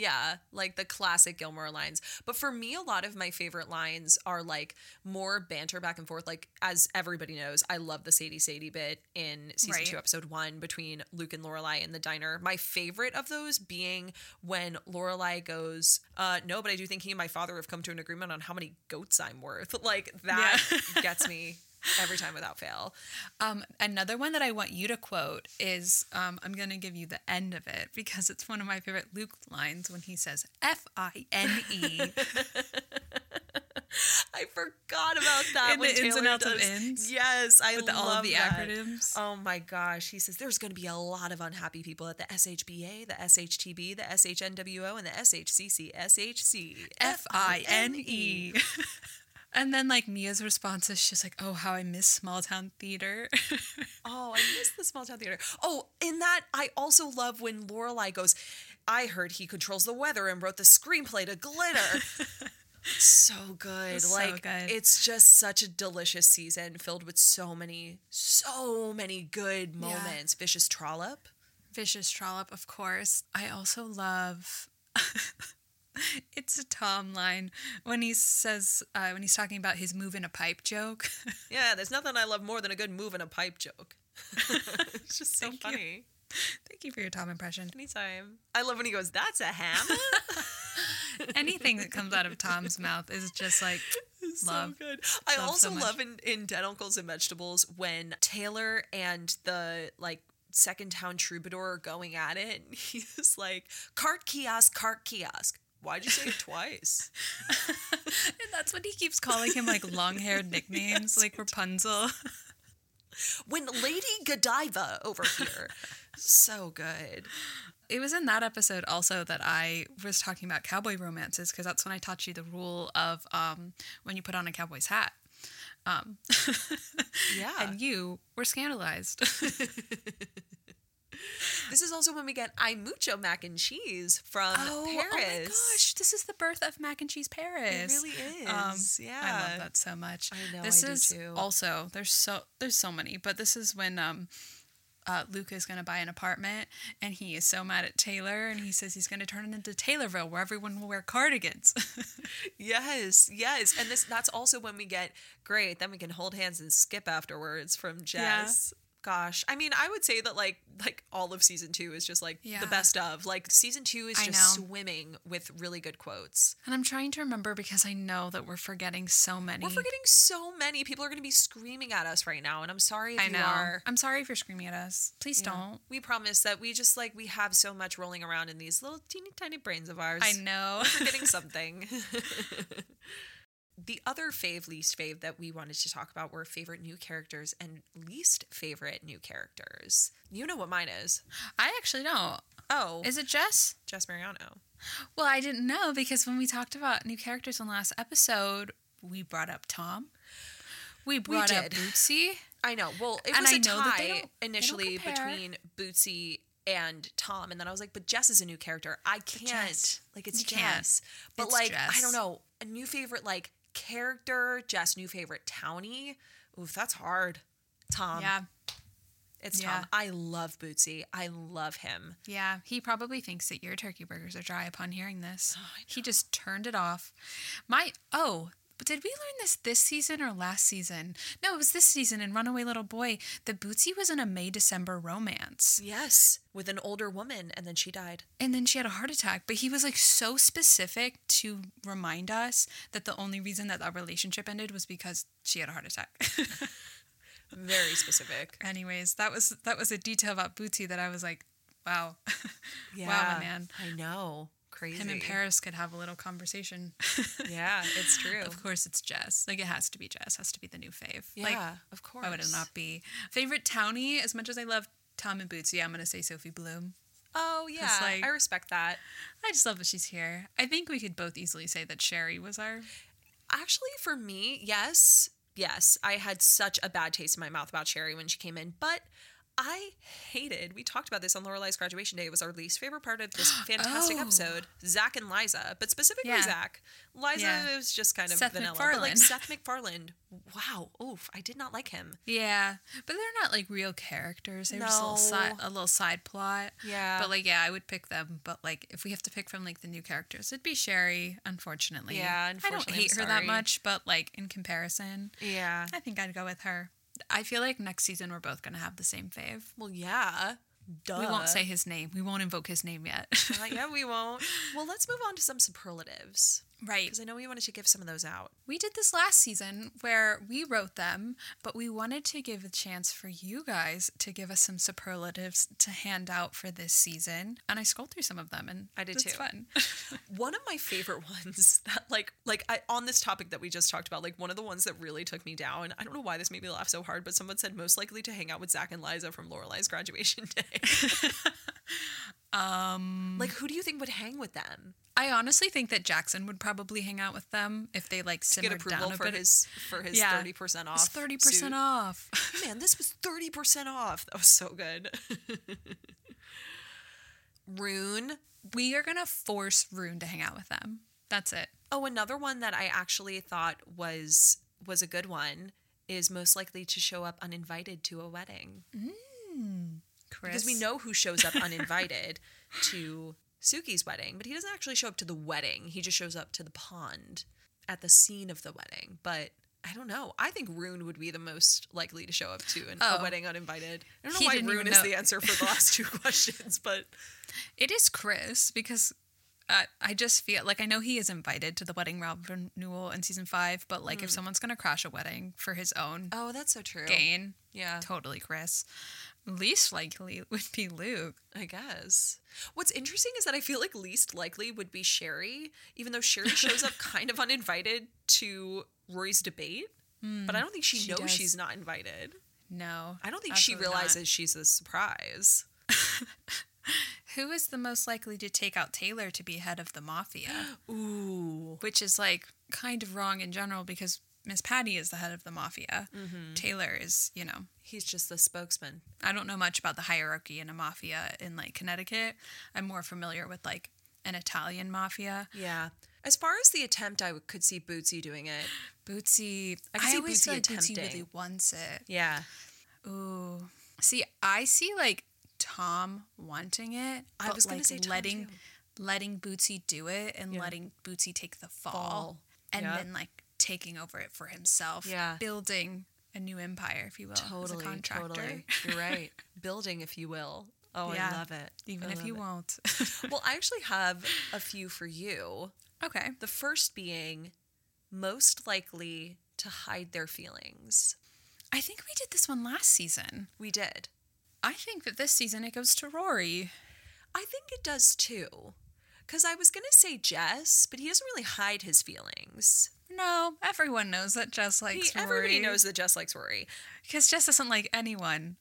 Speaker 1: Yeah, like the classic Gilmore lines. But for me, a lot of my favorite lines are like more banter back and forth. Like, as everybody knows, I love the Sadie Sadie bit in season
Speaker 7: Right.
Speaker 1: two, episode one, between Luke and Lorelai in the diner. My favorite of those being when Lorelai goes, uh, No, but I do think he and my father have come to an agreement on how many goats I'm worth. Like, that gets me every time without fail.
Speaker 7: Um, another one that I want you to quote is um, I'm going to give you the end of it because it's one of my favorite Luke lines when he says F I N E.
Speaker 1: I forgot about that.
Speaker 7: In
Speaker 1: when
Speaker 7: the ins and
Speaker 1: Taylor
Speaker 7: outs of
Speaker 1: does-
Speaker 7: ins?
Speaker 1: Yes, I
Speaker 7: With the-
Speaker 1: love
Speaker 7: all of the
Speaker 1: that.
Speaker 7: acronyms?
Speaker 1: Oh my gosh, he says there's going to be a lot of unhappy people at the SHBA, the SHTB, the SHNWO, and the SHCC, SHC,
Speaker 7: F I N E. And then like Mia's response is she's like, "Oh, how I miss small town theater."
Speaker 1: Oh, I miss the small town theater. Oh, in that I also love when Lorelai goes. I heard he controls the weather and wrote the screenplay to Glitter. so good.
Speaker 7: So
Speaker 1: like
Speaker 7: good.
Speaker 1: it's just such a delicious season filled with so many, so many good moments. Vicious trollop.
Speaker 7: Vicious Trollop, of course. I also love. it's a Tom line when he says uh, when he's talking about his move in a pipe joke.
Speaker 1: Yeah, there's nothing I love more than a good move and a pipe joke. it's just so
Speaker 7: Thank you.
Speaker 1: funny.
Speaker 7: Thank you for your Tom impression.
Speaker 1: Anytime. I love when he goes, That's a hammer.
Speaker 7: Anything that comes out of Tom's mouth is just like love.
Speaker 1: So good. I
Speaker 7: Love
Speaker 1: also
Speaker 7: so much.
Speaker 1: love in, in Dead Uncles and Vegetables when Taylor and the like second town troubadour are going at it. And he's like, cart kiosk, cart kiosk. Why'd you say it twice?
Speaker 7: And that's what he keeps calling him like long-haired nicknames, like Rapunzel.
Speaker 1: When Lady Godiva over here. So good.
Speaker 7: It was in that episode also that I was talking about cowboy romances because that's when I taught you the rule of um, when you put on a cowboy's hat. Um,
Speaker 1: Yeah.
Speaker 7: and you were scandalized.
Speaker 1: this is also when we get I mucho mac and cheese from Paris.
Speaker 7: Oh, my gosh, this is the birth of mac and cheese Paris. Um,
Speaker 1: really is,
Speaker 7: I
Speaker 1: yeah.
Speaker 7: love that so much.
Speaker 1: I know,
Speaker 7: This
Speaker 1: I do
Speaker 7: is
Speaker 1: too.
Speaker 7: also there's so there's so many, but this is when um uh, Luke is going to buy an apartment, and he is so mad at Taylor, and he says he's going to turn it into Taylorville, where everyone will wear cardigans.
Speaker 1: Yes, yes. And this that's also when we get great, then we can hold hands and skip afterwards from
Speaker 7: Yeah.
Speaker 1: Jess. gosh. I mean, I would say that like like all of season 2 is just like
Speaker 7: Yeah.
Speaker 1: the best of. Like season 2 is
Speaker 7: I
Speaker 1: just
Speaker 7: know.
Speaker 1: swimming with really good quotes.
Speaker 7: And I'm trying to remember because I know that we're forgetting so many.
Speaker 1: We're forgetting so many. People are going to be screaming at us right now and I'm sorry if
Speaker 7: I
Speaker 1: you
Speaker 7: know.
Speaker 1: are.
Speaker 7: I'm sorry if you're screaming at us. Please don't.
Speaker 1: We promise that we just like we have so much rolling around in these little teeny tiny brains of ours.
Speaker 7: I know.
Speaker 1: forgetting something. the other fave, least fave that we wanted to talk about were favorite new characters and least favorite new characters. You know what mine is.
Speaker 7: I actually don't.
Speaker 1: Oh,
Speaker 7: Is it Jess?
Speaker 1: Jess Mariano.
Speaker 7: Well, I didn't know because when we talked about new characters in last episode, we brought up Tom. We brought up
Speaker 1: did.
Speaker 7: Bootsy.
Speaker 1: I know. Well, it
Speaker 7: And
Speaker 1: was a
Speaker 7: I know
Speaker 1: tie
Speaker 7: that they don't- they don't
Speaker 1: initially
Speaker 7: compare.
Speaker 1: between Bootsy and Tom, and then I was like, but Jess is a new character. I can't.
Speaker 7: Jess.
Speaker 1: Like it's
Speaker 7: You can't.
Speaker 1: Jess. But
Speaker 7: It's
Speaker 1: like I
Speaker 7: Jess.
Speaker 1: don't know. A new favorite like character. Jess new favorite townie. Oof, that's hard. Tom.
Speaker 7: yeah.
Speaker 1: It's
Speaker 7: Yeah.
Speaker 1: Tom. I love Bootsy. I love him.
Speaker 7: Yeah. He probably thinks that your turkey burgers are dry upon hearing this.
Speaker 1: Oh,
Speaker 7: He just turned it off. My, oh, but did we learn this this season or last season? No, it was this season in Runaway Little Boy that Bootsy was in a May December romance.
Speaker 1: Yes, with an older woman, and then she died.
Speaker 7: And then she had a heart attack. But he was like so specific to remind us that the only reason that that relationship ended was because she had a heart attack.
Speaker 1: Very specific.
Speaker 7: Anyways, that was that was a detail about Bootsy that I was like, wow, wow,
Speaker 1: Yeah,
Speaker 7: my man.
Speaker 1: I know. Crazy.
Speaker 7: Him and Paris could have a little conversation.
Speaker 1: Yeah, it's true.
Speaker 7: of course, it's Jess. Like it has to be Jess. Has to be the new fave.
Speaker 1: Yeah,
Speaker 7: like,
Speaker 1: of course.
Speaker 7: why would it not be favorite townie? As much as I love Tom and Bootsy, I'm gonna say Sophie Bloom.
Speaker 1: Oh yeah,
Speaker 7: like-
Speaker 1: I respect that.
Speaker 7: I just love that she's here. I think we could both easily say that Sherry was our
Speaker 1: Actually, for me, yes, yes, I had such a bad taste in my mouth about Sherry when she came in, but I hated. We talked about this on Lorelai's graduation day. It was our least favorite part of this fantastic
Speaker 7: Oh.
Speaker 1: episode. Zach and Liza, but specifically
Speaker 7: Yeah.
Speaker 1: Zach. Liza
Speaker 7: Yeah.
Speaker 1: was just kind of
Speaker 7: Seth
Speaker 1: vanilla, but like
Speaker 7: MacFarlane.
Speaker 1: Seth MacFarlane. Wow, oof, I did not like him.
Speaker 7: Yeah, but they're not like real characters. They're just a little, side,
Speaker 1: No.
Speaker 7: a little side plot.
Speaker 1: Yeah.
Speaker 7: But like, yeah, I would pick them. But like, if we have to pick from like the new characters, it'd be Sherry. Unfortunately.
Speaker 1: Yeah,
Speaker 7: I
Speaker 1: unfortunately,
Speaker 7: don't hate
Speaker 1: I'm
Speaker 7: her
Speaker 1: sorry.
Speaker 7: that much, but like in comparison,
Speaker 1: Yeah.
Speaker 7: I think I'd go with her. I feel like next season we're both gonna have the same fave.
Speaker 1: Well, yeah. Duh.
Speaker 7: We won't say his name. We won't invoke his name yet.
Speaker 1: Uh, yeah, we won't. Well, let's move on to some superlatives
Speaker 7: right.
Speaker 1: because I know we wanted to give some of those out.
Speaker 7: We did this last season where we wrote them, but we wanted to give a chance for you guys to give us some superlatives to hand out for this season. And I scrolled through some of them and
Speaker 1: I did
Speaker 7: it's
Speaker 1: too.
Speaker 7: fun.
Speaker 1: One of my favorite ones that like like I on this topic that we just talked about, like one of the ones that really took me down. I don't know why this made me laugh so hard, but someone said most likely to hang out with Zach and Liza from Lorelai's graduation day. um like who do you think would hang with them?
Speaker 7: I honestly think that Jackson would probably hang out with them if they like
Speaker 1: To get
Speaker 7: simmered
Speaker 1: approval
Speaker 7: down a
Speaker 1: for
Speaker 7: bit.
Speaker 1: his for his
Speaker 7: Yeah.
Speaker 1: thirty percent off.
Speaker 7: It's 30%
Speaker 1: suit.
Speaker 7: off.
Speaker 1: Man, this was 30% off. That was so good. Rune.
Speaker 7: We are going to force Rune to hang out with them. That's it.
Speaker 1: Oh, another one that I actually thought was was a good one is most likely to show up uninvited to a wedding.
Speaker 7: Chris.
Speaker 1: Because we know who shows up uninvited to Suki's wedding, but he doesn't actually show up to the wedding. He just shows up to the pond at the scene of the wedding. But I don't know. I think Rune would be the most likely to show up to an, a
Speaker 7: Oh.
Speaker 1: wedding uninvited. I don't know
Speaker 7: He
Speaker 1: why
Speaker 7: didn't
Speaker 1: Rune
Speaker 7: even
Speaker 1: is
Speaker 7: know.
Speaker 1: the answer for the last two questions, but
Speaker 7: It is Chris because uh, I just feel like I know he is invited to the wedding Robin Newell in season five, but like if someone's gonna crash a wedding for his
Speaker 1: Mm.
Speaker 7: own
Speaker 1: oh, that's so true.
Speaker 7: gain,
Speaker 1: Yeah.
Speaker 7: totally Chris. Least likely would be Luke.
Speaker 1: I guess. What's interesting is that I feel like least likely would be Sherry, even though Sherry shows up kind of uninvited to Rory's debate. but I don't think Hmm, she,
Speaker 7: she
Speaker 1: knows
Speaker 7: does.
Speaker 1: she's not invited.
Speaker 7: No,
Speaker 1: I don't think she
Speaker 7: absolutely not.
Speaker 1: realizes she's a surprise.
Speaker 7: who is the most likely to take out Taylor to be head of the mafia,
Speaker 1: Ooh.
Speaker 7: which is like kind of wrong in general because Miss Patty is the head of the mafia.
Speaker 1: Mm-hmm.
Speaker 7: Taylor is, you know,
Speaker 1: He's just the spokesman.
Speaker 7: I don't know much about the hierarchy in a mafia in like Connecticut. I'm more familiar with like an Italian mafia.
Speaker 1: Yeah. As far as the attempt, I could see Bootsy doing it.
Speaker 7: Bootsy,
Speaker 1: I can see
Speaker 7: always
Speaker 1: Bootsy
Speaker 7: feel like Bootsy really
Speaker 1: attempting.
Speaker 7: wants it.
Speaker 1: Yeah.
Speaker 7: Ooh, see, I see like Tom wanting it.
Speaker 1: I
Speaker 7: but,
Speaker 1: was gonna
Speaker 7: like,
Speaker 1: say Tom,
Speaker 7: letting
Speaker 1: too.
Speaker 7: letting Bootsy do it and letting Bootsy take the fall,
Speaker 1: Fall.
Speaker 7: and
Speaker 1: Yeah.
Speaker 7: then like taking over it for himself.
Speaker 1: Yeah.
Speaker 7: building a new empire, if you will, as
Speaker 1: Totally,
Speaker 7: a contractor.
Speaker 1: totally. You're right. Building, if you will. Oh,
Speaker 7: Yeah.
Speaker 1: I love it.
Speaker 7: Even
Speaker 1: I
Speaker 7: if
Speaker 1: love
Speaker 7: you
Speaker 1: it.
Speaker 7: won't.
Speaker 1: Well, I actually have a few for you.
Speaker 7: okay.
Speaker 1: The first being most likely to hide their feelings.
Speaker 7: I think we did this one last season.
Speaker 1: We did.
Speaker 7: I think that this season it goes to Rory.
Speaker 1: I think it does too. Because I was going to say Jess, but he doesn't really hide his feelings.
Speaker 7: No, everyone knows that Jess
Speaker 1: He-
Speaker 7: likes Rory.
Speaker 1: everybody knows that Jess likes Rory.
Speaker 7: because Jess doesn't like anyone.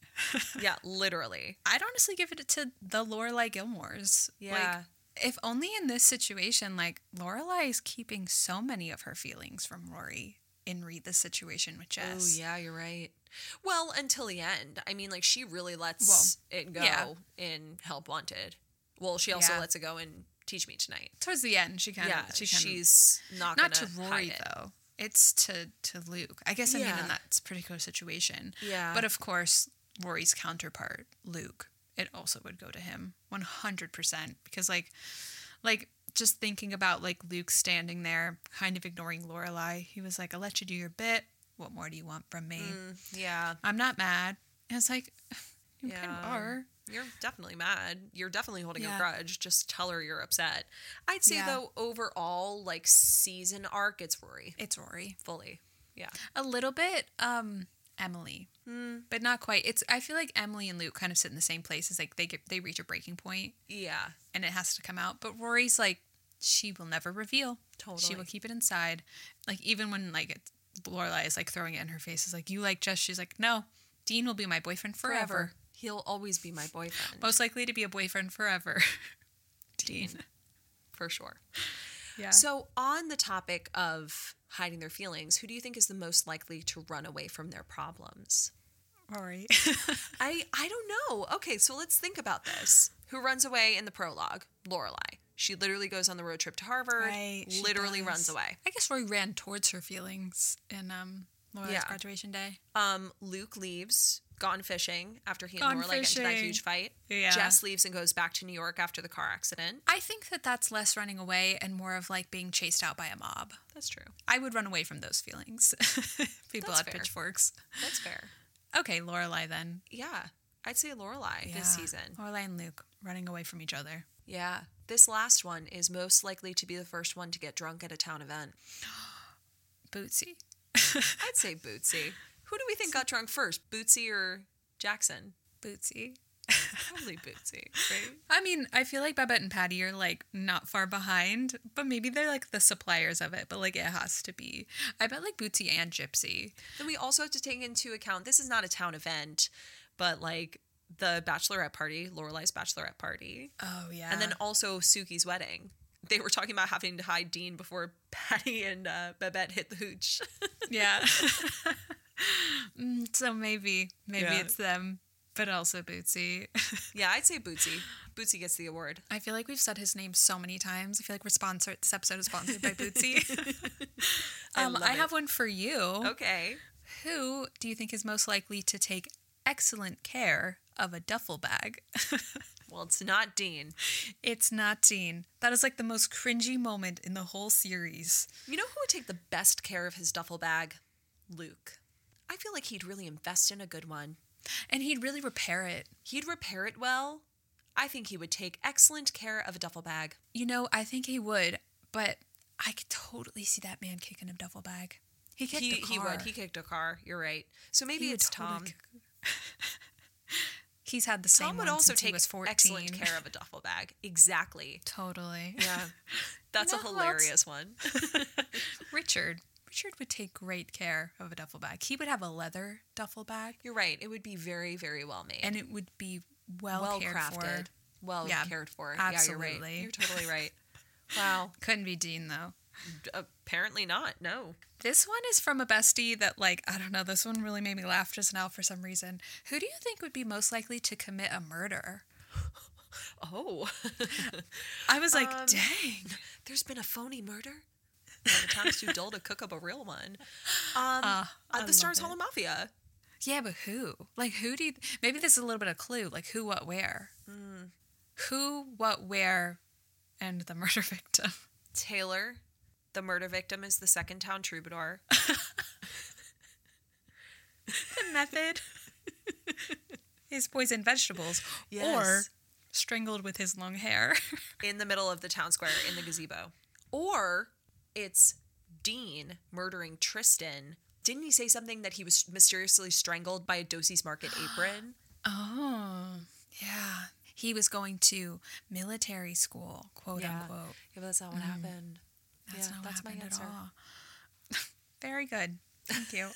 Speaker 1: Yeah, literally.
Speaker 7: I'd honestly give it to the Lorelai Gilmores.
Speaker 1: Yeah.
Speaker 7: Like, if only in this situation, like Lorelai is keeping so many of her feelings from Rory in read the situation with Jess.
Speaker 1: Oh, yeah, you're right. Well, until the end. I mean, like, she really lets it go
Speaker 7: yeah.
Speaker 1: in Help Wanted. Well, she also
Speaker 7: Yeah.
Speaker 1: lets it go in Teach Me Tonight.
Speaker 7: Towards the end, she kind of
Speaker 1: yeah,
Speaker 7: she kind
Speaker 1: she's not
Speaker 7: not to
Speaker 1: gonna
Speaker 7: Rory
Speaker 1: hide it.
Speaker 7: though. It's to to Luke. I guess I mean
Speaker 1: Yeah.
Speaker 7: in that particular situation.
Speaker 1: Yeah.
Speaker 7: But of course, Rory's counterpart, Luke, it also would go to him 100% because like like just thinking about like Luke standing there kind of ignoring Lorelai. He was like, "I let you do your bit. What more do you want from me?
Speaker 1: Yeah,
Speaker 7: I'm not mad." And it's like you kind of
Speaker 1: Yeah.
Speaker 7: are.
Speaker 1: you're definitely mad. You're definitely holding
Speaker 7: Yeah.
Speaker 1: a grudge. Just tell her you're upset. I'd say
Speaker 7: Yeah.
Speaker 1: though, overall, like season arc, it's Rory
Speaker 7: It's Rory.
Speaker 1: fully. Yeah,
Speaker 7: a little bit um emily
Speaker 1: Hmm.
Speaker 7: but not quite it's i feel like emily and luke kind of sit in the same place it's like they get they reach a breaking point
Speaker 1: yeah,
Speaker 7: and it has to come out but rory's like she will never reveal she will
Speaker 1: Totally.
Speaker 7: keep it inside like even when like it, lorelai is like throwing it in her face is like you like jess she's like no dean will be my boyfriend forever,
Speaker 1: He'll always be my boyfriend
Speaker 7: most likely to be a boyfriend forever dean
Speaker 1: for sure.
Speaker 7: yeah
Speaker 1: So, on the topic of hiding their feelings, who do you think is the most likely to run away from their problems?
Speaker 7: rory
Speaker 1: I I don't know. Okay, so let's think about this. Who runs away in the prologue? Lorelai. She literally goes on the road trip to Harvard.
Speaker 7: she
Speaker 1: literally
Speaker 7: does.
Speaker 1: runs away.
Speaker 7: i guess rory ran towards her feelings in um Laura's
Speaker 1: Yeah.
Speaker 7: graduation day.
Speaker 1: Um, Luke leaves, gone fishing after he
Speaker 7: Gone
Speaker 1: and Lorelai get into that
Speaker 7: fishing.
Speaker 1: huge fight.
Speaker 7: Yeah.
Speaker 1: Jess leaves and goes back to New York after the car accident.
Speaker 7: I think that that's less running away and more of like being chased out by a mob.
Speaker 1: That's true.
Speaker 7: I would run away from those feelings. People
Speaker 1: That's
Speaker 7: had
Speaker 1: fair.
Speaker 7: pitchforks.
Speaker 1: That's fair.
Speaker 7: Okay, Lorelai then.
Speaker 1: Yeah. I'd say Lorelai this season.
Speaker 7: Lorelai and Luke running away from each other.
Speaker 1: Yeah. This last one is most likely to be the first one to get drunk at a town event.
Speaker 7: Bootsy.
Speaker 1: I'd say Bootsy. Who do we think got drunk first? Bootsy or Jackson?
Speaker 7: Bootsy.
Speaker 1: Probably Bootsy, right?
Speaker 7: I mean, I feel like Babette and Patty are like not far behind, but maybe they're like the suppliers of it, but like it has to be. I bet like Bootsy and Gypsy.
Speaker 1: Then we also have to take into account this is not a town event, but like the bachelorette party, Lorelai's bachelorette party,
Speaker 7: Oh, yeah.
Speaker 1: and then also Suki's wedding. They were talking about having to hide Dean before Patty and uh, Babette hit the hooch.
Speaker 7: yeah. Mm, so maybe, maybe
Speaker 1: Yeah.
Speaker 7: it's them, but also Bootsy.
Speaker 1: yeah, I'd say Bootsy. Bootsy gets the award.
Speaker 7: I feel like we've said his name so many times. I feel like we're sponsored. This episode is sponsored by Bootsy.
Speaker 1: I
Speaker 7: um,
Speaker 1: love
Speaker 7: I,
Speaker 1: it.
Speaker 7: have one for you.
Speaker 1: Okay.
Speaker 7: Who do you think is most likely to take excellent care of a duffel bag?
Speaker 1: Well, it's not Dean.
Speaker 7: it's not Dean. That is like the most cringy moment in the whole series.
Speaker 1: You know who would take the best care of his duffel bag? Luke. I feel like he'd really invest in a good one.
Speaker 7: And he'd really repair it.
Speaker 1: He'd repair it well. I think he would take excellent care of a duffel bag.
Speaker 7: You know, I think he would, but I could totally see that man kicking a duffel bag. He kicked
Speaker 1: he,
Speaker 7: a car.
Speaker 1: he would. He kicked a car. You're right. So maybe
Speaker 7: would
Speaker 1: it's
Speaker 7: totally
Speaker 1: Tom.
Speaker 7: kick- He's had the same
Speaker 1: Tom would
Speaker 7: one
Speaker 1: also
Speaker 7: since he
Speaker 1: take
Speaker 7: was 14.
Speaker 1: excellent care of a duffel bag. Exactly.
Speaker 7: Totally.
Speaker 1: Yeah. That's
Speaker 7: know
Speaker 1: a
Speaker 7: who else-
Speaker 1: hilarious one.
Speaker 7: Richard. Richard would take great care of a duffel bag. He would have a leather duffel bag,
Speaker 1: You're right. It would be very, very well made.
Speaker 7: and it would be well,
Speaker 1: well
Speaker 7: cared
Speaker 1: crafted.
Speaker 7: for.
Speaker 1: Well
Speaker 7: Yeah,
Speaker 1: cared for. Yeah, you're
Speaker 7: absolutely.
Speaker 1: right. You're totally right. Wow.
Speaker 7: Couldn't be Dean though.
Speaker 1: D- Apparently not. No.
Speaker 7: This one is from a bestie that, like, I don't know. This one really made me laugh just now for some reason. Who do you think would be most likely to commit a murder?
Speaker 1: Oh.
Speaker 7: I was like, dang.
Speaker 1: There's been a phony murder? Well, the time's too dull to cook up a real one. Um, uh, the Stars Hollow Mafia.
Speaker 7: Yeah, but who? Like, who do you? Maybe this is a little bit of clue. Like, who, what, where?
Speaker 1: Hmm.
Speaker 7: Who, what, where, and the murder victim.
Speaker 1: Taylor, the murder victim, is the second town troubadour.
Speaker 7: method is poisoned vegetables or
Speaker 1: Yes.
Speaker 7: strangled with his long hair.
Speaker 1: in the middle of the town square in the gazebo. Or it's Dean murdering Tristan. Didn't he say something that he was mysteriously strangled by a Dosey's Market apron?
Speaker 7: Oh, yeah. He was going to military school, quote unquote.
Speaker 1: Yeah, but that's not what happened.
Speaker 7: That's
Speaker 1: yeah,
Speaker 7: not
Speaker 1: that's
Speaker 7: what happened
Speaker 1: my answer.
Speaker 7: at all. Very good. Thank you.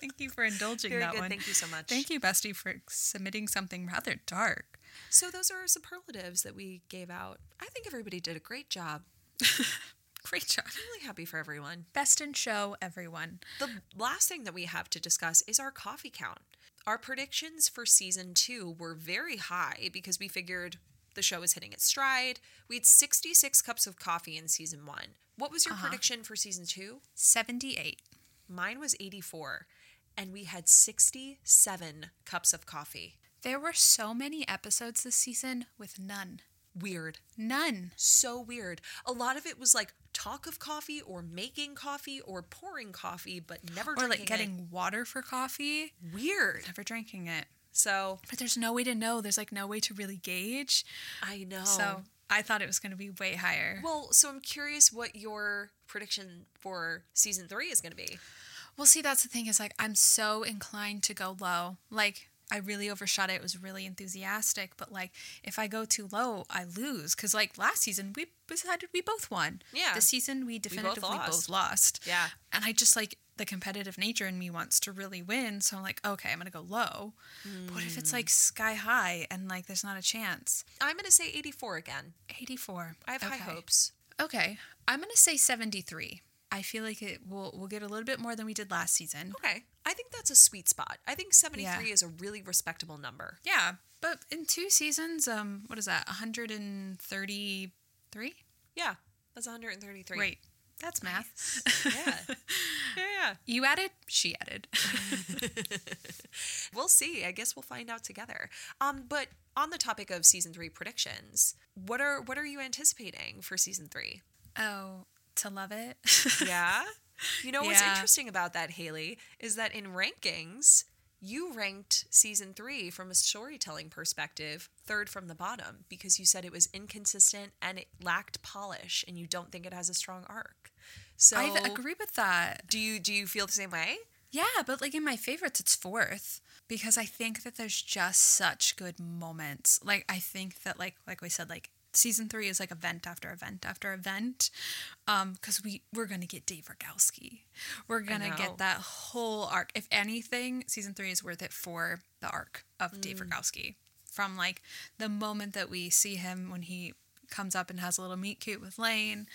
Speaker 7: Thank you for indulging
Speaker 1: Very
Speaker 7: that
Speaker 1: good.
Speaker 7: one.
Speaker 1: Thank you so much.
Speaker 7: Thank you, Bestie, for submitting something rather dark.
Speaker 1: So those are our superlatives that we gave out. I think everybody did a great job.
Speaker 7: Great job.
Speaker 1: I'm really happy for everyone.
Speaker 7: Best in show, everyone.
Speaker 1: The last thing that we have to discuss is our coffee count. Our predictions for season two were very high because we figured the show was hitting its stride. We had 66 cups of coffee in season one. What was
Speaker 7: Uh-huh.
Speaker 1: your prediction for season two?
Speaker 7: 78.
Speaker 1: Mine was 84, and we had 67 cups of coffee.
Speaker 7: There were so many episodes this season with none.
Speaker 1: Weird.
Speaker 7: None.
Speaker 1: so weird. A lot of it was like talk of coffee or making coffee or pouring coffee, but never
Speaker 7: Or
Speaker 1: drinking
Speaker 7: like getting water for coffee,
Speaker 1: it. weird.
Speaker 7: never drinking it.
Speaker 1: So
Speaker 7: But there's no way to know. There's like no way to really gauge.
Speaker 1: I know.
Speaker 7: So I thought it was going to be way higher.
Speaker 1: well, so I'm curious what your prediction for season three is going to be.
Speaker 7: Well, see, that's the thing is like I'm so inclined to go low. Like I really overshot it. It was really enthusiastic, but like if I go too low, I lose. Cause like last season we decided we both won.
Speaker 1: Yeah.
Speaker 7: This season we definitively both lost.
Speaker 1: lost. Yeah.
Speaker 7: And I just like the competitive nature in me wants to really win, so I'm like, okay, I'm gonna go low. But what if it's
Speaker 1: Hmm.
Speaker 7: like sky high and like there's not a chance?
Speaker 1: I'm going to say 84 again.
Speaker 7: 84.
Speaker 1: I have
Speaker 7: okay.
Speaker 1: high hopes.
Speaker 7: Okay, I'm gonna say 73. I feel like it will we'll get a little bit more than we did last season.
Speaker 1: Okay. I think that's a sweet spot. I think 73
Speaker 7: Yeah.
Speaker 1: is a really respectable number.
Speaker 7: Yeah, but in two seasons, um, what is that? 133?
Speaker 1: Yeah. That's 133.
Speaker 7: Wait, that's math.
Speaker 1: Yeah. yeah. Yeah.
Speaker 7: You added, she added.
Speaker 1: We'll see. I guess we'll find out together. Um, but on the topic of season three predictions, what are what are you anticipating for season three?
Speaker 7: oh, to love it.
Speaker 1: Yeah. You know what's
Speaker 7: Yeah.
Speaker 1: interesting about that, Haley, is that in rankings, you ranked season three from a storytelling perspective, third from the bottom, because you said it was inconsistent and it lacked polish, and you don't think it has a strong arc. So
Speaker 7: I agree with that.
Speaker 1: Do you do you feel the same way?
Speaker 7: Yeah, but like in my favorites, it's fourth because I think that there's just such good moments. Like I think that like like we said, like season three is like event after event after event, um, because we we're gonna get Dave Rogowski, we're gonna
Speaker 1: know.
Speaker 7: get that whole arc. If anything, season three is worth it for the arc of Dave
Speaker 1: Mm.
Speaker 7: Rogowski from like the moment that we see him when he comes up and has a little meet cute with Lane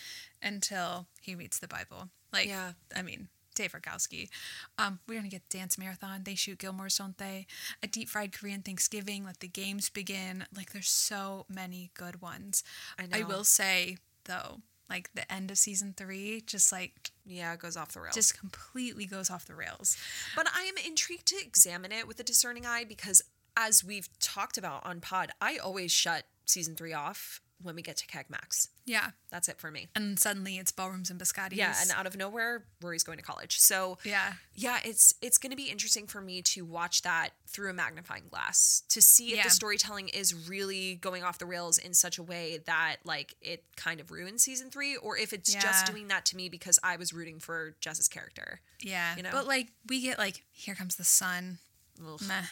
Speaker 7: until he reads the Bible. Like,
Speaker 1: Yeah.
Speaker 7: I mean, Dave Rogowski. Um, we're gonna get dance marathon. They shoot Gilmore's, don't they? A deep fried Korean Thanksgiving. Let the games begin. Like, there's so many good ones.
Speaker 1: I
Speaker 7: I
Speaker 1: know.
Speaker 7: will say though, like the end of season three, just like
Speaker 1: Yeah, it goes off the rails.
Speaker 7: just completely goes off the rails.
Speaker 1: But I am intrigued to examine it with a discerning eye because, as we've talked about on Pod, I always shut season three off when we get to Keg Max.
Speaker 7: Yeah.
Speaker 1: That's it for me.
Speaker 7: And suddenly it's ballrooms and biscottis.
Speaker 1: Yeah, and uh, out of nowhere, Rory's going to college. So
Speaker 7: yeah.
Speaker 1: yeah, it's it's going to be interesting for me to watch that through a magnifying glass to see if
Speaker 7: Yeah.
Speaker 1: the storytelling is really going off the rails in such a way that like it kind of ruins season three, or if it's just
Speaker 7: Yeah.
Speaker 1: doing that to me because I was rooting for Jess's character.
Speaker 7: Yeah.
Speaker 1: You know?
Speaker 7: But like we get like here comes the sun.
Speaker 1: Ugh.
Speaker 7: Meh.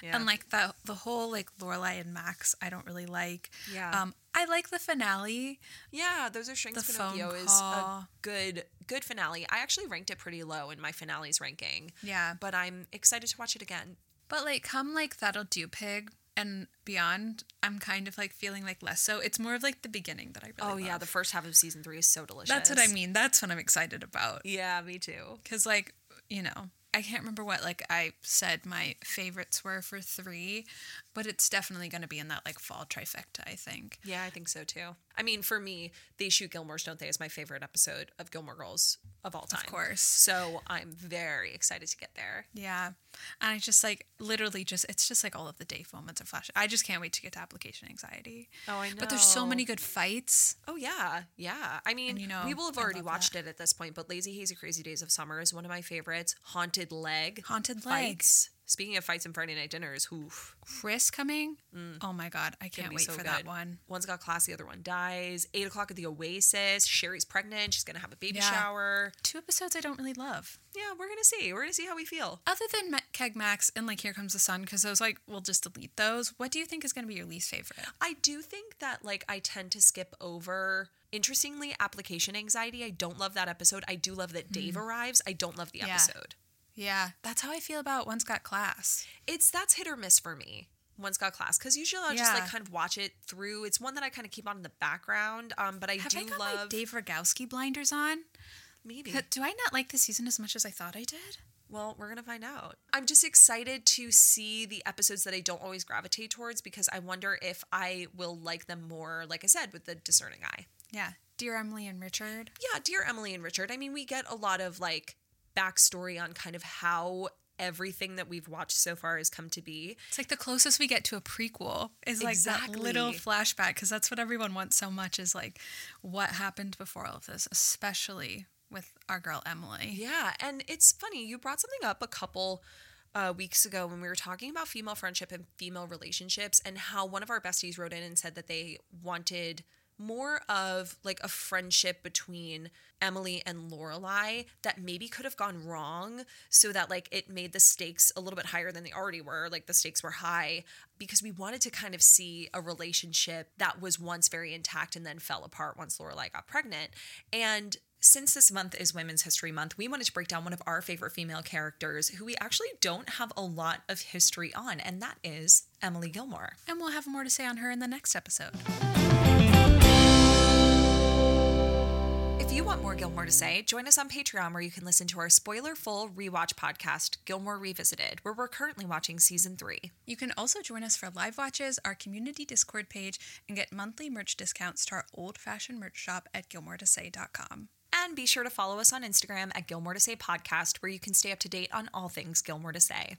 Speaker 1: Yeah.
Speaker 7: And like the the whole like Lorelai and Max, I don't really like.
Speaker 1: Yeah.
Speaker 7: Um, I like the finale.
Speaker 1: Yeah, those are strings.
Speaker 7: The
Speaker 1: Pinocchio
Speaker 7: phone
Speaker 1: is a
Speaker 7: call.
Speaker 1: good good finale. I actually ranked it pretty low in my finales ranking,
Speaker 7: Yeah. But
Speaker 1: but I'm excited to watch it again.
Speaker 7: but like come like that'll do pig and beyond, I'm kind of like feeling like less so. It's more of like the beginning that I really
Speaker 1: oh yeah,
Speaker 7: love.
Speaker 1: the first half of season three is so delicious.
Speaker 7: That's what I mean. That's what I'm excited about.
Speaker 1: Yeah, me too.
Speaker 7: Cause like, you know, I can't remember what like I said my favorites were for three, but it's definitely gonna be in that like fall trifecta, I think.
Speaker 1: Yeah, I think so too. I mean, for me, they shoot Gilmore's, don't they? Is my favorite episode of Gilmore Girls of all time.
Speaker 7: course.
Speaker 1: So I'm very excited to get there.
Speaker 7: Yeah. And I just like literally just it's just like all of the day moments of flash. I just can't wait to get to application anxiety.
Speaker 1: Oh, I
Speaker 7: But there's so
Speaker 1: know.
Speaker 7: many good fights.
Speaker 1: Oh yeah, yeah. I mean,
Speaker 7: you know,
Speaker 1: we will have
Speaker 7: I
Speaker 1: already
Speaker 7: love
Speaker 1: watched it at this point, but Lazy Hazy Crazy Days of Summer is one of my favorites. Haunted Leg,
Speaker 7: Haunted Leg.
Speaker 1: fights, Speaking of fights and Friday night dinners, oof,
Speaker 7: Chris coming. Oh my God. I
Speaker 1: gonna
Speaker 7: can't
Speaker 1: Mm. be
Speaker 7: wait
Speaker 1: so
Speaker 7: for
Speaker 1: good.
Speaker 7: that one.
Speaker 1: One's got class, the other one dies. Eight o'clock at the Oasis. Sherry's pregnant. She's gonna have a baby
Speaker 7: Yeah.
Speaker 1: shower.
Speaker 7: Two episodes I don't really love.
Speaker 1: Yeah, we're gonna see. We're gonna see how we feel.
Speaker 7: Other than Ma- Keg Max and like Here Comes the Sun, because I was like, we'll just delete those. What do you think is going to be your least favorite?
Speaker 1: I do think that like I tend to skip over interestingly application anxiety. I don't love that episode. I do love that Dave arrives. I don't love the
Speaker 7: Mm-hmm. Yeah.
Speaker 1: episode.
Speaker 7: Yeah, that's how I feel about One's Got Class.
Speaker 1: It's that's hit or miss for me. Once got class because usually I'll just
Speaker 7: Yeah.
Speaker 1: like kind of watch it through. It's one that I kind of keep on in the background. Um, but I
Speaker 7: Have
Speaker 1: do
Speaker 7: I got
Speaker 1: love
Speaker 7: my Dave Rogowski blinders on?
Speaker 1: maybe.
Speaker 7: Do I not like this season as much as I thought I did?
Speaker 1: Well, we're gonna find out. I'm just excited to see the episodes that I don't always gravitate towards because I wonder if I will like them more. Like I said, with the discerning eye.
Speaker 7: Yeah. Dear Emily and Richard.
Speaker 1: yeah, dear Emily and Richard. I mean, we get a lot of like backstory on kind of how everything that we've watched so far has come to be.
Speaker 7: It's like the closest we get to a prequel is like
Speaker 1: Exactly.
Speaker 7: that little flashback because that's what everyone wants so much is like what happened before all of this, especially with our girl Emily.
Speaker 1: Yeah, and it's funny you brought something up a couple uh, weeks ago when we were talking about female friendship and female relationships, and how one of our besties wrote in and said that they wanted more of like a friendship between Emily and Lorelai that maybe could have gone wrong so that like it made the stakes a little bit higher than they already were like the stakes were high because we wanted to kind of see a relationship that was once very intact and then fell apart once Lorelai got pregnant and since this month is Women's History Month, we wanted to break down one of our favorite female characters who we actually don't have a lot of history on, and that is Emily Gilmore.
Speaker 7: And we'll have more to say on her in the next episode.
Speaker 1: If you want more Gilmore to say, join us on Patreon where you can listen to our spoiler full rewatch podcast, Gilmore Revisited, where we're currently watching season three.
Speaker 7: You can also join us for live watches, our community Discord page, and get monthly merch discounts to our old fashioned merch shop at gilmoretosay.com.
Speaker 1: And be sure to follow us on Instagram at Gilmore to Say Podcast, where you can stay up to date on all things Gilmore to Say.